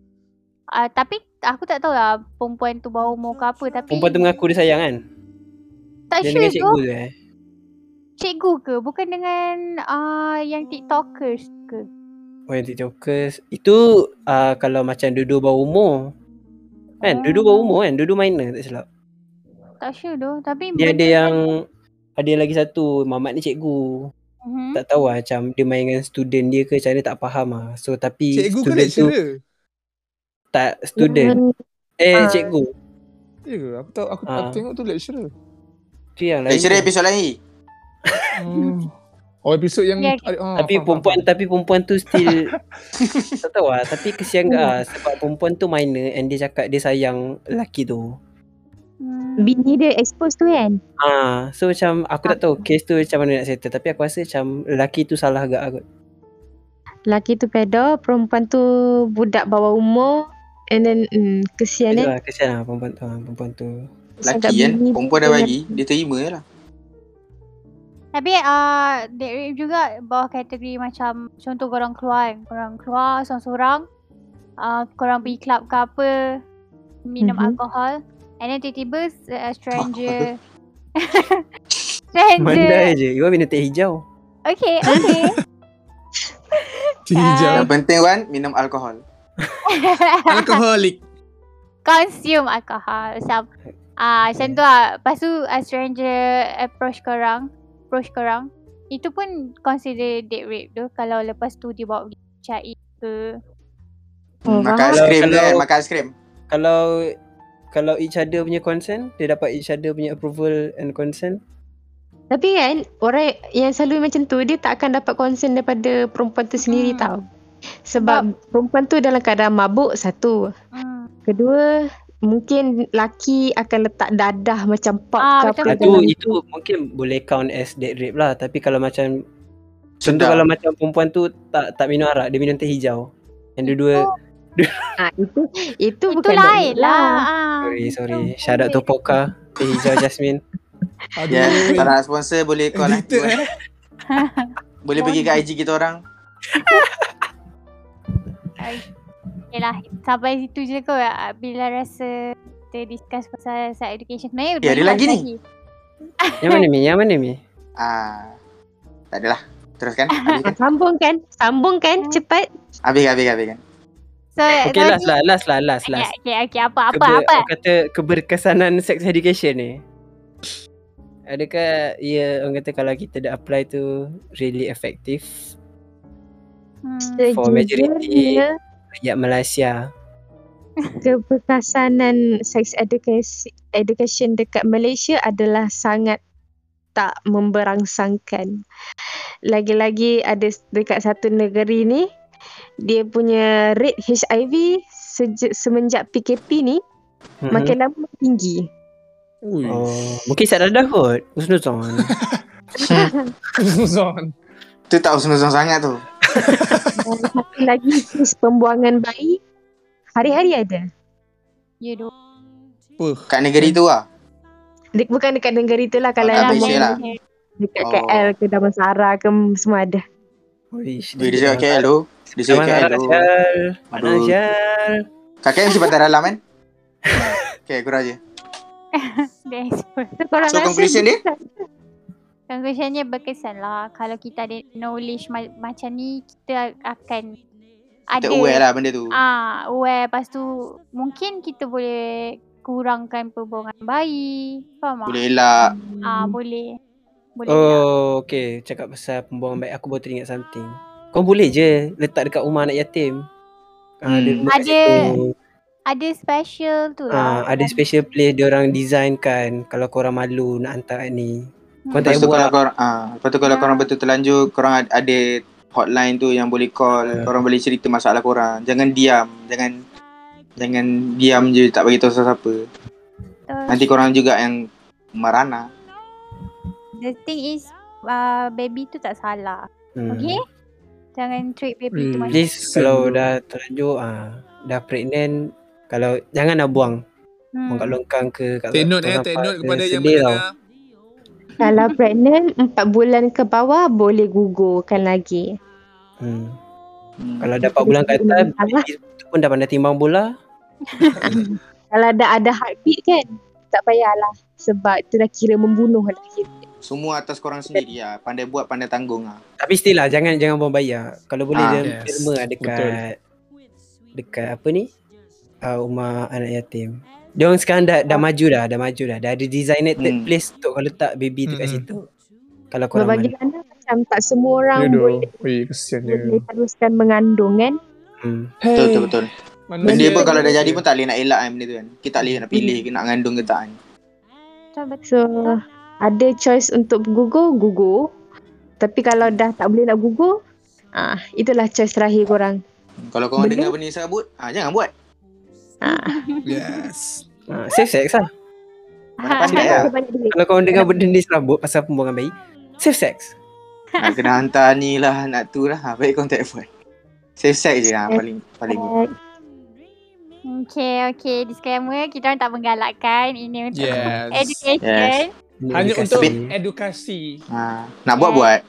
Speaker 1: Uh, tapi aku tak tahu lah perempuan tu bau umur ke apa tapi
Speaker 2: Perempuan tu mengaku dia sayang kan?
Speaker 1: tak
Speaker 2: Dia
Speaker 1: sure
Speaker 2: dengan
Speaker 1: cikgu.
Speaker 2: cikgu tu eh.
Speaker 1: cikgu ke bukan dengan uh, yang tiktokers ke
Speaker 2: Oh, yang tiktokers. Itu uh, kalau macam duduk bawah umur. Kan? Duduk bawah umur kan? Duduk minor tak silap.
Speaker 1: tak sure doh tapi
Speaker 2: Dia ada
Speaker 1: benda-
Speaker 2: yang... Ada lagi satu. Mamat ni cikgu.
Speaker 1: Mhm.
Speaker 2: tak tahu lah macam dia main dengan student dia ke macam mana tak faham lah. So tapi
Speaker 4: Cikgu ke
Speaker 2: student tu
Speaker 4: lecturer?
Speaker 2: tak student. Eh
Speaker 6: Ah.
Speaker 2: cikgu.
Speaker 4: Ya ke? Aku tahu aku, aku
Speaker 2: Ah.
Speaker 4: tengok tu lecturer.
Speaker 2: Tu yang lain. tu.
Speaker 3: Lecturer episod Eh, lain.
Speaker 4: Oh, episod yang
Speaker 1: Ya,
Speaker 4: oh,
Speaker 2: Tapi
Speaker 4: faham,
Speaker 2: perempuan tapi perempuan tu still tak tahu lah tapi kesian gak
Speaker 4: Hmm.
Speaker 2: lah sebab perempuan tu minor and dia cakap dia sayang lelaki tu.
Speaker 1: Hmm.
Speaker 6: Bini dia expose tu kan?
Speaker 2: Ah, so macam aku tak
Speaker 4: Ah.
Speaker 2: tahu case tu macam mana nak settle tapi aku rasa macam lelaki tu salah agak aku.
Speaker 6: Laki tu pedo, perempuan tu budak bawah umur. And then mm, kesian eh.
Speaker 2: Yalah, kesian lah perempuan tu, ah, perempuan tu.
Speaker 3: Lelaki kan. Perempuan dah bagi. Dia terima je lah.
Speaker 1: Tapi uh, date rape juga bawah kategori macam contoh korang keluar kan. Korang keluar seorang-seorang. Uh, korang pergi club ke apa. Minum
Speaker 6: Mhm.
Speaker 1: alkohol. And then tiba-tiba uh, stranger.
Speaker 2: Mandai
Speaker 1: Stranger.
Speaker 2: je. You minum teh hijau.
Speaker 1: Okay, okay.
Speaker 4: Hijau.
Speaker 1: Ah.
Speaker 5: Ya.
Speaker 3: Yang penting Wan, minum alkohol.
Speaker 4: Alkoholik.
Speaker 1: Consume alcohol. Macam, ah macam tu lah. Lepas tu, ah, stranger approach korang. Approach korang. Itu pun consider date rape tu. Kalau lepas tu dia bawa pergi cai ke.
Speaker 5: Oh,
Speaker 3: makan
Speaker 5: faham.
Speaker 3: ais krim
Speaker 2: Kalau-
Speaker 3: kan, makan ais krim.
Speaker 2: Kalau kalau each other punya consent, dia dapat each other punya approval and consent.
Speaker 5: Tapi kan orang yang selalu macam tu dia tak akan dapat concern daripada perempuan tu sendiri
Speaker 1: Hmm.
Speaker 5: tau. Sebab perempuan tu dalam keadaan mabuk satu.
Speaker 1: Hmm.
Speaker 5: Kedua mungkin laki akan letak dadah macam pop
Speaker 1: Ah,
Speaker 5: ke
Speaker 1: macam tu.
Speaker 5: apa
Speaker 2: Itu
Speaker 5: dalam
Speaker 2: itu mungkin boleh count as date rape lah. Tapi kalau macam contoh
Speaker 3: Sedap.
Speaker 2: kalau macam perempuan tu tak tak minum arak, dia minum teh hijau. Yang dua-dua
Speaker 5: Ah, itu itu
Speaker 1: Itu,
Speaker 5: bukan
Speaker 1: lain
Speaker 5: date
Speaker 1: lah. ah.
Speaker 2: sorry
Speaker 1: Itu
Speaker 2: sorry.
Speaker 1: bukan
Speaker 2: Shout out
Speaker 1: date
Speaker 2: to Poka, teh hijau Jasmine.
Speaker 4: Aduh.
Speaker 3: Ya, tak nak sponsor boleh call lah.
Speaker 4: Betul, eh.
Speaker 3: Boleh pergi kat IG kita orang.
Speaker 1: Yelah, lah. sampai situ je kot ah, bila rasa kita discuss pasal sex education. Sebenarnya
Speaker 2: Ya,
Speaker 3: Eh, ada
Speaker 1: banyak
Speaker 3: lagi ni?
Speaker 2: Yang mana mi? Yang mana mi?
Speaker 3: Ah. Tak adalah. Teruskan. Habiskan.
Speaker 5: Ah, sambung kan? Sambung kan? Cepat.
Speaker 3: Habiskan, habiskan, habiskan.
Speaker 1: So,
Speaker 2: Okay
Speaker 1: so
Speaker 2: last
Speaker 1: ni-
Speaker 2: lah, last lah, last
Speaker 1: Ya,
Speaker 2: last.
Speaker 1: okay, okay, apa, apa,
Speaker 2: Keber-
Speaker 1: apa?
Speaker 2: orang kata keberkesanan sex education ni. Adakah ia orang kata kalau kita dah apply tu really effective
Speaker 1: Hmm.
Speaker 2: For majority.
Speaker 5: Sejujurnya,
Speaker 2: rakyat Malaysia?
Speaker 5: keberkasanan sex education, education dekat Malaysia adalah sangat tak memberangsangkan. Lagi-lagi ada s- dekat satu negeri ni, dia punya rate HIV seje, semenjak PKP ni
Speaker 2: Mhm.
Speaker 5: makin lama makin tinggi.
Speaker 4: Ui.
Speaker 2: Oh, mungkin Sat Dadah kot. Husnuzon.
Speaker 4: Zon.
Speaker 3: Tu tak usung-usung sangat tu.
Speaker 5: Dan satu lagi kes pembuangan bayi hari-hari ada.
Speaker 1: Ya, dua.
Speaker 3: Kat negeri tu lah.
Speaker 5: Dek, bukan dekat negeri tu lah kalau
Speaker 3: Kat
Speaker 1: Dalam
Speaker 5: dalam
Speaker 3: Malaysia lah.
Speaker 1: Malaysia.
Speaker 5: dekat
Speaker 3: Oh.
Speaker 5: KL ke Damansara ke semua ada.
Speaker 2: Wish.
Speaker 3: Dia cakap KL tu. Dia cakap KL tu.
Speaker 2: Mana
Speaker 3: Aduh.
Speaker 2: Syal?
Speaker 3: Kakak yang Pantai Dalam kan? Okay, kurang je.
Speaker 1: Dia expert.
Speaker 5: So, korang
Speaker 3: So,
Speaker 5: rasa
Speaker 3: conclusion dia?
Speaker 1: Conclusionnya berkesan lah. Kalau kita ada knowledge ma- macam ni, kita akan ada.
Speaker 3: Kita aware lah benda tu.
Speaker 1: Ah, aware. Lepas tu, mungkin kita boleh kurangkan perbuangan bayi. Faham tak?
Speaker 3: Boleh elak.
Speaker 1: Ah, boleh. Boleh. elak.
Speaker 2: Oh, okay. Cakap pasal pembuangan baik. Aku baru teringat something. Kau boleh je letak dekat rumah anak yatim. Ah,
Speaker 3: Hmm.
Speaker 2: Ada rumah kat
Speaker 1: Ada.
Speaker 2: situ.
Speaker 1: Ada special tu
Speaker 2: Ah,
Speaker 1: lah.
Speaker 2: ada special place dia orang designkan kalau korang malu nak hantar kat ni.
Speaker 1: Hmm.
Speaker 2: Kau tak
Speaker 3: Lepas
Speaker 2: payah
Speaker 3: tu kalau
Speaker 2: buat.
Speaker 3: korang, ah, lepas tu kalau
Speaker 1: Ya.
Speaker 3: korang betul terlanjur, korang ad- ada hotline tu yang boleh call, korang boleh cerita masalah korang. Jangan diam, jangan jangan diam je tak bagi tahu siapa-siapa.
Speaker 1: Betul.
Speaker 3: Nanti korang juga yang merana.
Speaker 1: The thing is, uh, baby tu tak salah.
Speaker 2: Hmm.
Speaker 1: Okay? Jangan treat baby tu
Speaker 4: Hmm.
Speaker 1: macam
Speaker 2: Please kalau dah terlanjur ah dah pregnant kalau jangan nak buang.
Speaker 1: Hmm.
Speaker 2: Buang kat longkang ke kat
Speaker 4: Take note
Speaker 2: kat
Speaker 4: eh,
Speaker 2: sampah
Speaker 4: take note
Speaker 2: ke,
Speaker 4: kepada yang
Speaker 2: sedih tau.
Speaker 4: mendengar.
Speaker 5: Kalau pregnant 4 bulan ke bawah boleh gugurkan lagi.
Speaker 2: Hmm.
Speaker 3: Hmm.
Speaker 2: Kalau dah 4 bulan ke atas
Speaker 5: Salah.
Speaker 2: baby tu pun dah pandai timbang bola.
Speaker 5: Kalau dah ada heartbeat kan tak payahlah sebab tu dah kira membunuh lah dah kira.
Speaker 3: Semua atas korang sendiri lah. Pandai buat, pandai tanggung lah.
Speaker 2: Tapi still lah jangan jangan buang bayar. Kalau boleh
Speaker 3: Ah,
Speaker 2: ah,
Speaker 4: yes.
Speaker 2: yes. derma dekat
Speaker 4: Betul.
Speaker 2: dekat apa ni? Uh, rumah anak yatim. Dia orang sekarang dah, dah maju dah, dah maju dah. Dah ada designated
Speaker 3: Hmm.
Speaker 2: place untuk kau letak baby tu kat
Speaker 4: Mm-mm.
Speaker 2: situ. Kalau korang
Speaker 5: Berbagi
Speaker 2: malu.
Speaker 5: anak macam tak semua orang
Speaker 4: Ya, Aduh.
Speaker 5: boleh
Speaker 4: Ui, kesian dia.
Speaker 5: boleh teruskan mengandung kan.
Speaker 2: Hmm.
Speaker 3: Betul, betul, betul.
Speaker 4: Manusia.
Speaker 3: Benda pun kalau dah
Speaker 4: manusia.
Speaker 3: jadi pun tak boleh nak elak kan benda tu kan. Kita tak boleh nak pilih ke nak ngandung ke tak kan.
Speaker 1: Betul, betul.
Speaker 5: So ada choice untuk gugur, gugur. Tapi kalau dah tak boleh nak gugur, ah itulah choice terakhir korang.
Speaker 3: Kalau korang
Speaker 5: Boleh.
Speaker 3: dengar benda ni serabut, ah, jangan buat.
Speaker 5: Ah,
Speaker 4: Yes.
Speaker 2: Ah, safe sex lah.
Speaker 3: Mana pandai lah.
Speaker 5: banyak duit.
Speaker 2: Kalau korang dengar benda ni serabut pasal pembuangan bayi, safe sex.
Speaker 3: Nak kena hantar ni lah, nak tu lah. Ha, baik korang tak buat. Safe sex je lah paling paling good.
Speaker 5: Eh,
Speaker 1: Okay, okay. Disclaimer, kita orang tak menggalakkan. Ini untuk
Speaker 4: Yes.
Speaker 1: education.
Speaker 2: Ini
Speaker 4: Hanya
Speaker 2: edukasi.
Speaker 4: untuk edukasi.
Speaker 3: Ha, nak buat buat.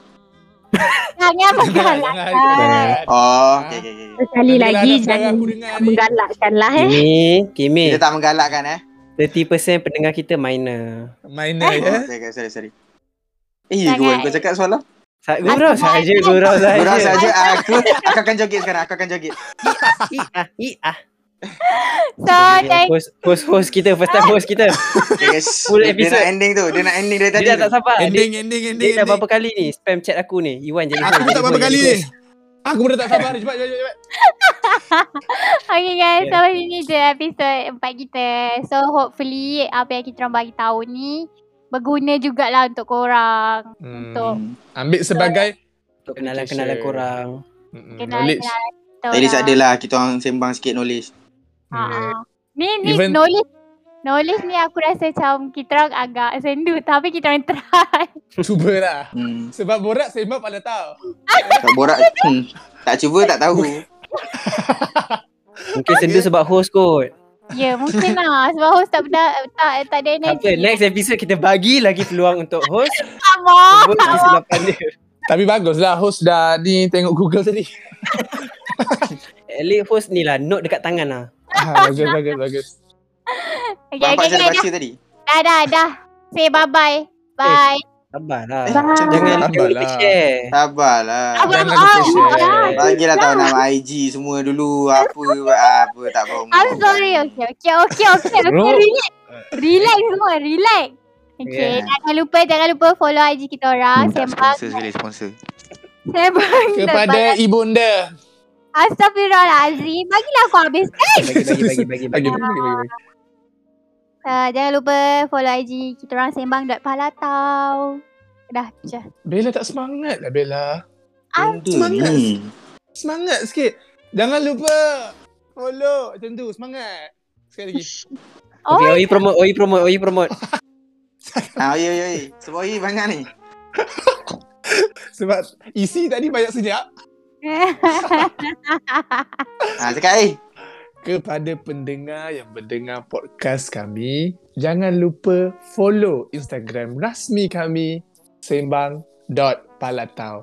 Speaker 1: Jangan menggalakkan.
Speaker 4: Jangan.
Speaker 3: Oh, okey okey okey.
Speaker 5: Sekali
Speaker 4: Nanti lah
Speaker 5: lagi
Speaker 4: anak saudara
Speaker 5: jangan
Speaker 4: aku dengar
Speaker 5: tak
Speaker 4: ni.
Speaker 5: menggalakkan lah eh.
Speaker 2: Kimi, Kimi.
Speaker 3: Kita tak menggalakkan eh.
Speaker 2: 30% pendengar kita minor.
Speaker 4: Minor ya.
Speaker 3: Oh, sorry, sorry, sorry. Eh, gua kau cakap soalan.
Speaker 2: Sa- gurau saja, gurau saja.
Speaker 3: Gurau saja aku. Aku akan joget sekarang. Aku akan joget.
Speaker 2: Iah,
Speaker 5: ah.
Speaker 2: iah.
Speaker 1: So, thank
Speaker 2: Host, host, host kita, first time host kita.
Speaker 3: Okay, guys.
Speaker 2: Full
Speaker 3: dia
Speaker 2: episode.
Speaker 3: nak ending tu. Dia nak ending dari tadi.
Speaker 2: Dia dah tak
Speaker 3: tu.
Speaker 2: sabar. Dia,
Speaker 4: Ending, ending, ending.
Speaker 2: dia dah
Speaker 4: ending.
Speaker 2: berapa kali ni spam chat aku ni. Iwan jadi
Speaker 4: Aku
Speaker 2: host,
Speaker 4: tak
Speaker 2: jadi
Speaker 4: berapa
Speaker 2: host,
Speaker 4: kali
Speaker 2: jadi
Speaker 4: ni.
Speaker 2: host.
Speaker 4: Aku pun dah tak sabar. Cepat, cepat, cepat.
Speaker 1: Okay guys,
Speaker 2: Yeah.
Speaker 1: yeah. sampai sini je episod 4 kita. So hopefully apa yang kita orang bagi tahu ni berguna jugalah untuk korang.
Speaker 4: Hmm.
Speaker 1: Untuk
Speaker 4: Ambil sebagai
Speaker 2: Untuk kenalan-kenalan korang.
Speaker 4: Mm-mm, Hmm, knowledge.
Speaker 1: kenal-kenal kita
Speaker 2: lah.
Speaker 3: Jadi
Speaker 1: orang.
Speaker 3: adalah kita orang sembang sikit knowledge.
Speaker 1: Ha. Ni ni
Speaker 4: Hmm. Even-
Speaker 1: knowledge knowledge ni aku rasa macam kita orang agak sendu tapi kita orang try.
Speaker 4: Cuba lah.
Speaker 3: Hmm.
Speaker 4: Sebab borak sembang pada tahu.
Speaker 3: Tak borak. Hmm. Tak cuba tak tahu.
Speaker 2: Mungkin sendu sebab host kot.
Speaker 1: Ya, yeah, mungkin lah sebab host tak benda, tak tak ada
Speaker 2: Tak apa,
Speaker 1: energy.
Speaker 2: next episode kita bagi lagi peluang untuk host.
Speaker 1: Sama.
Speaker 2: Host kesilapan dia.
Speaker 4: Tapi baguslah host dah ni tengok Google tadi.
Speaker 2: At least host ni lah, note dekat tangan lah.
Speaker 4: Ah, bagus, bagus, bagus.
Speaker 1: Okay, okay,
Speaker 3: Nampak saya
Speaker 1: okay,
Speaker 3: dah
Speaker 1: dah,
Speaker 3: baca tadi.
Speaker 1: dah, dah, dah. Say bye-bye. Bye.
Speaker 4: Eh,
Speaker 2: Sabar lah.
Speaker 5: Bye.
Speaker 2: Jangan lupa
Speaker 4: Sabar lah.
Speaker 2: share.
Speaker 3: Sabarlah.
Speaker 1: Apa
Speaker 4: jangan
Speaker 1: nama?
Speaker 4: lupa
Speaker 1: Ah,
Speaker 4: share.
Speaker 1: nama orang.
Speaker 3: Bagilah tahu nama IG semua dulu apa apa tak faham. Hmm.
Speaker 1: I'm sorry. Okay, okay, okay, okay. okay.
Speaker 4: Bro.
Speaker 1: Relax. Relax semua, relax. Okay,
Speaker 2: Yeah.
Speaker 1: jangan lupa, jangan lupa follow IG kita
Speaker 2: Ah,
Speaker 1: orang.
Speaker 4: Hmm.
Speaker 3: Tak
Speaker 1: Sembang,
Speaker 3: sponsor sekali sponsor.
Speaker 1: sembang.
Speaker 4: Kepada ibunda.
Speaker 1: Astaghfirullahalazim. Bagilah aku habis. Eh,
Speaker 2: Bagi, bagi, bagi, bagi.
Speaker 4: Bagi,
Speaker 2: bagi.
Speaker 4: bagi, bagi, bagi.
Speaker 1: Uh, jangan lupa follow IG kita orang sembang.palatau. Dah, je.
Speaker 4: Bella tak semangat lah Bella.
Speaker 2: Ah,
Speaker 3: Benda
Speaker 4: semangat.
Speaker 3: ni.
Speaker 4: Semangat sikit. Jangan lupa follow macam tu. Semangat. Sekali lagi.
Speaker 1: Oh,
Speaker 2: Okay, Oi promote, Oi promote, Oi promote.
Speaker 3: Ah, oi, oi, oi. Sebab oi banyak ni.
Speaker 4: Sebab isi tadi banyak senyap.
Speaker 3: Ah, cakap eh.
Speaker 4: Kepada pendengar yang mendengar podcast kami, jangan lupa follow Instagram rasmi kami sembang.palatau.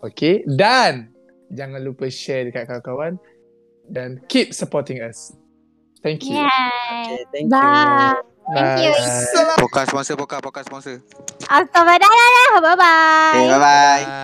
Speaker 4: Okay? Dan jangan lupa share dekat kawan-kawan dan keep supporting us. Thank you.
Speaker 1: yeah.
Speaker 2: Okay, thank you.
Speaker 1: Bye. Thank you.
Speaker 4: Bye.
Speaker 3: Pokal sponsor, pokal, pokal sponsor.
Speaker 1: Astaghfirullah. Bye-bye.
Speaker 3: Okay, bye-bye.
Speaker 4: Bye.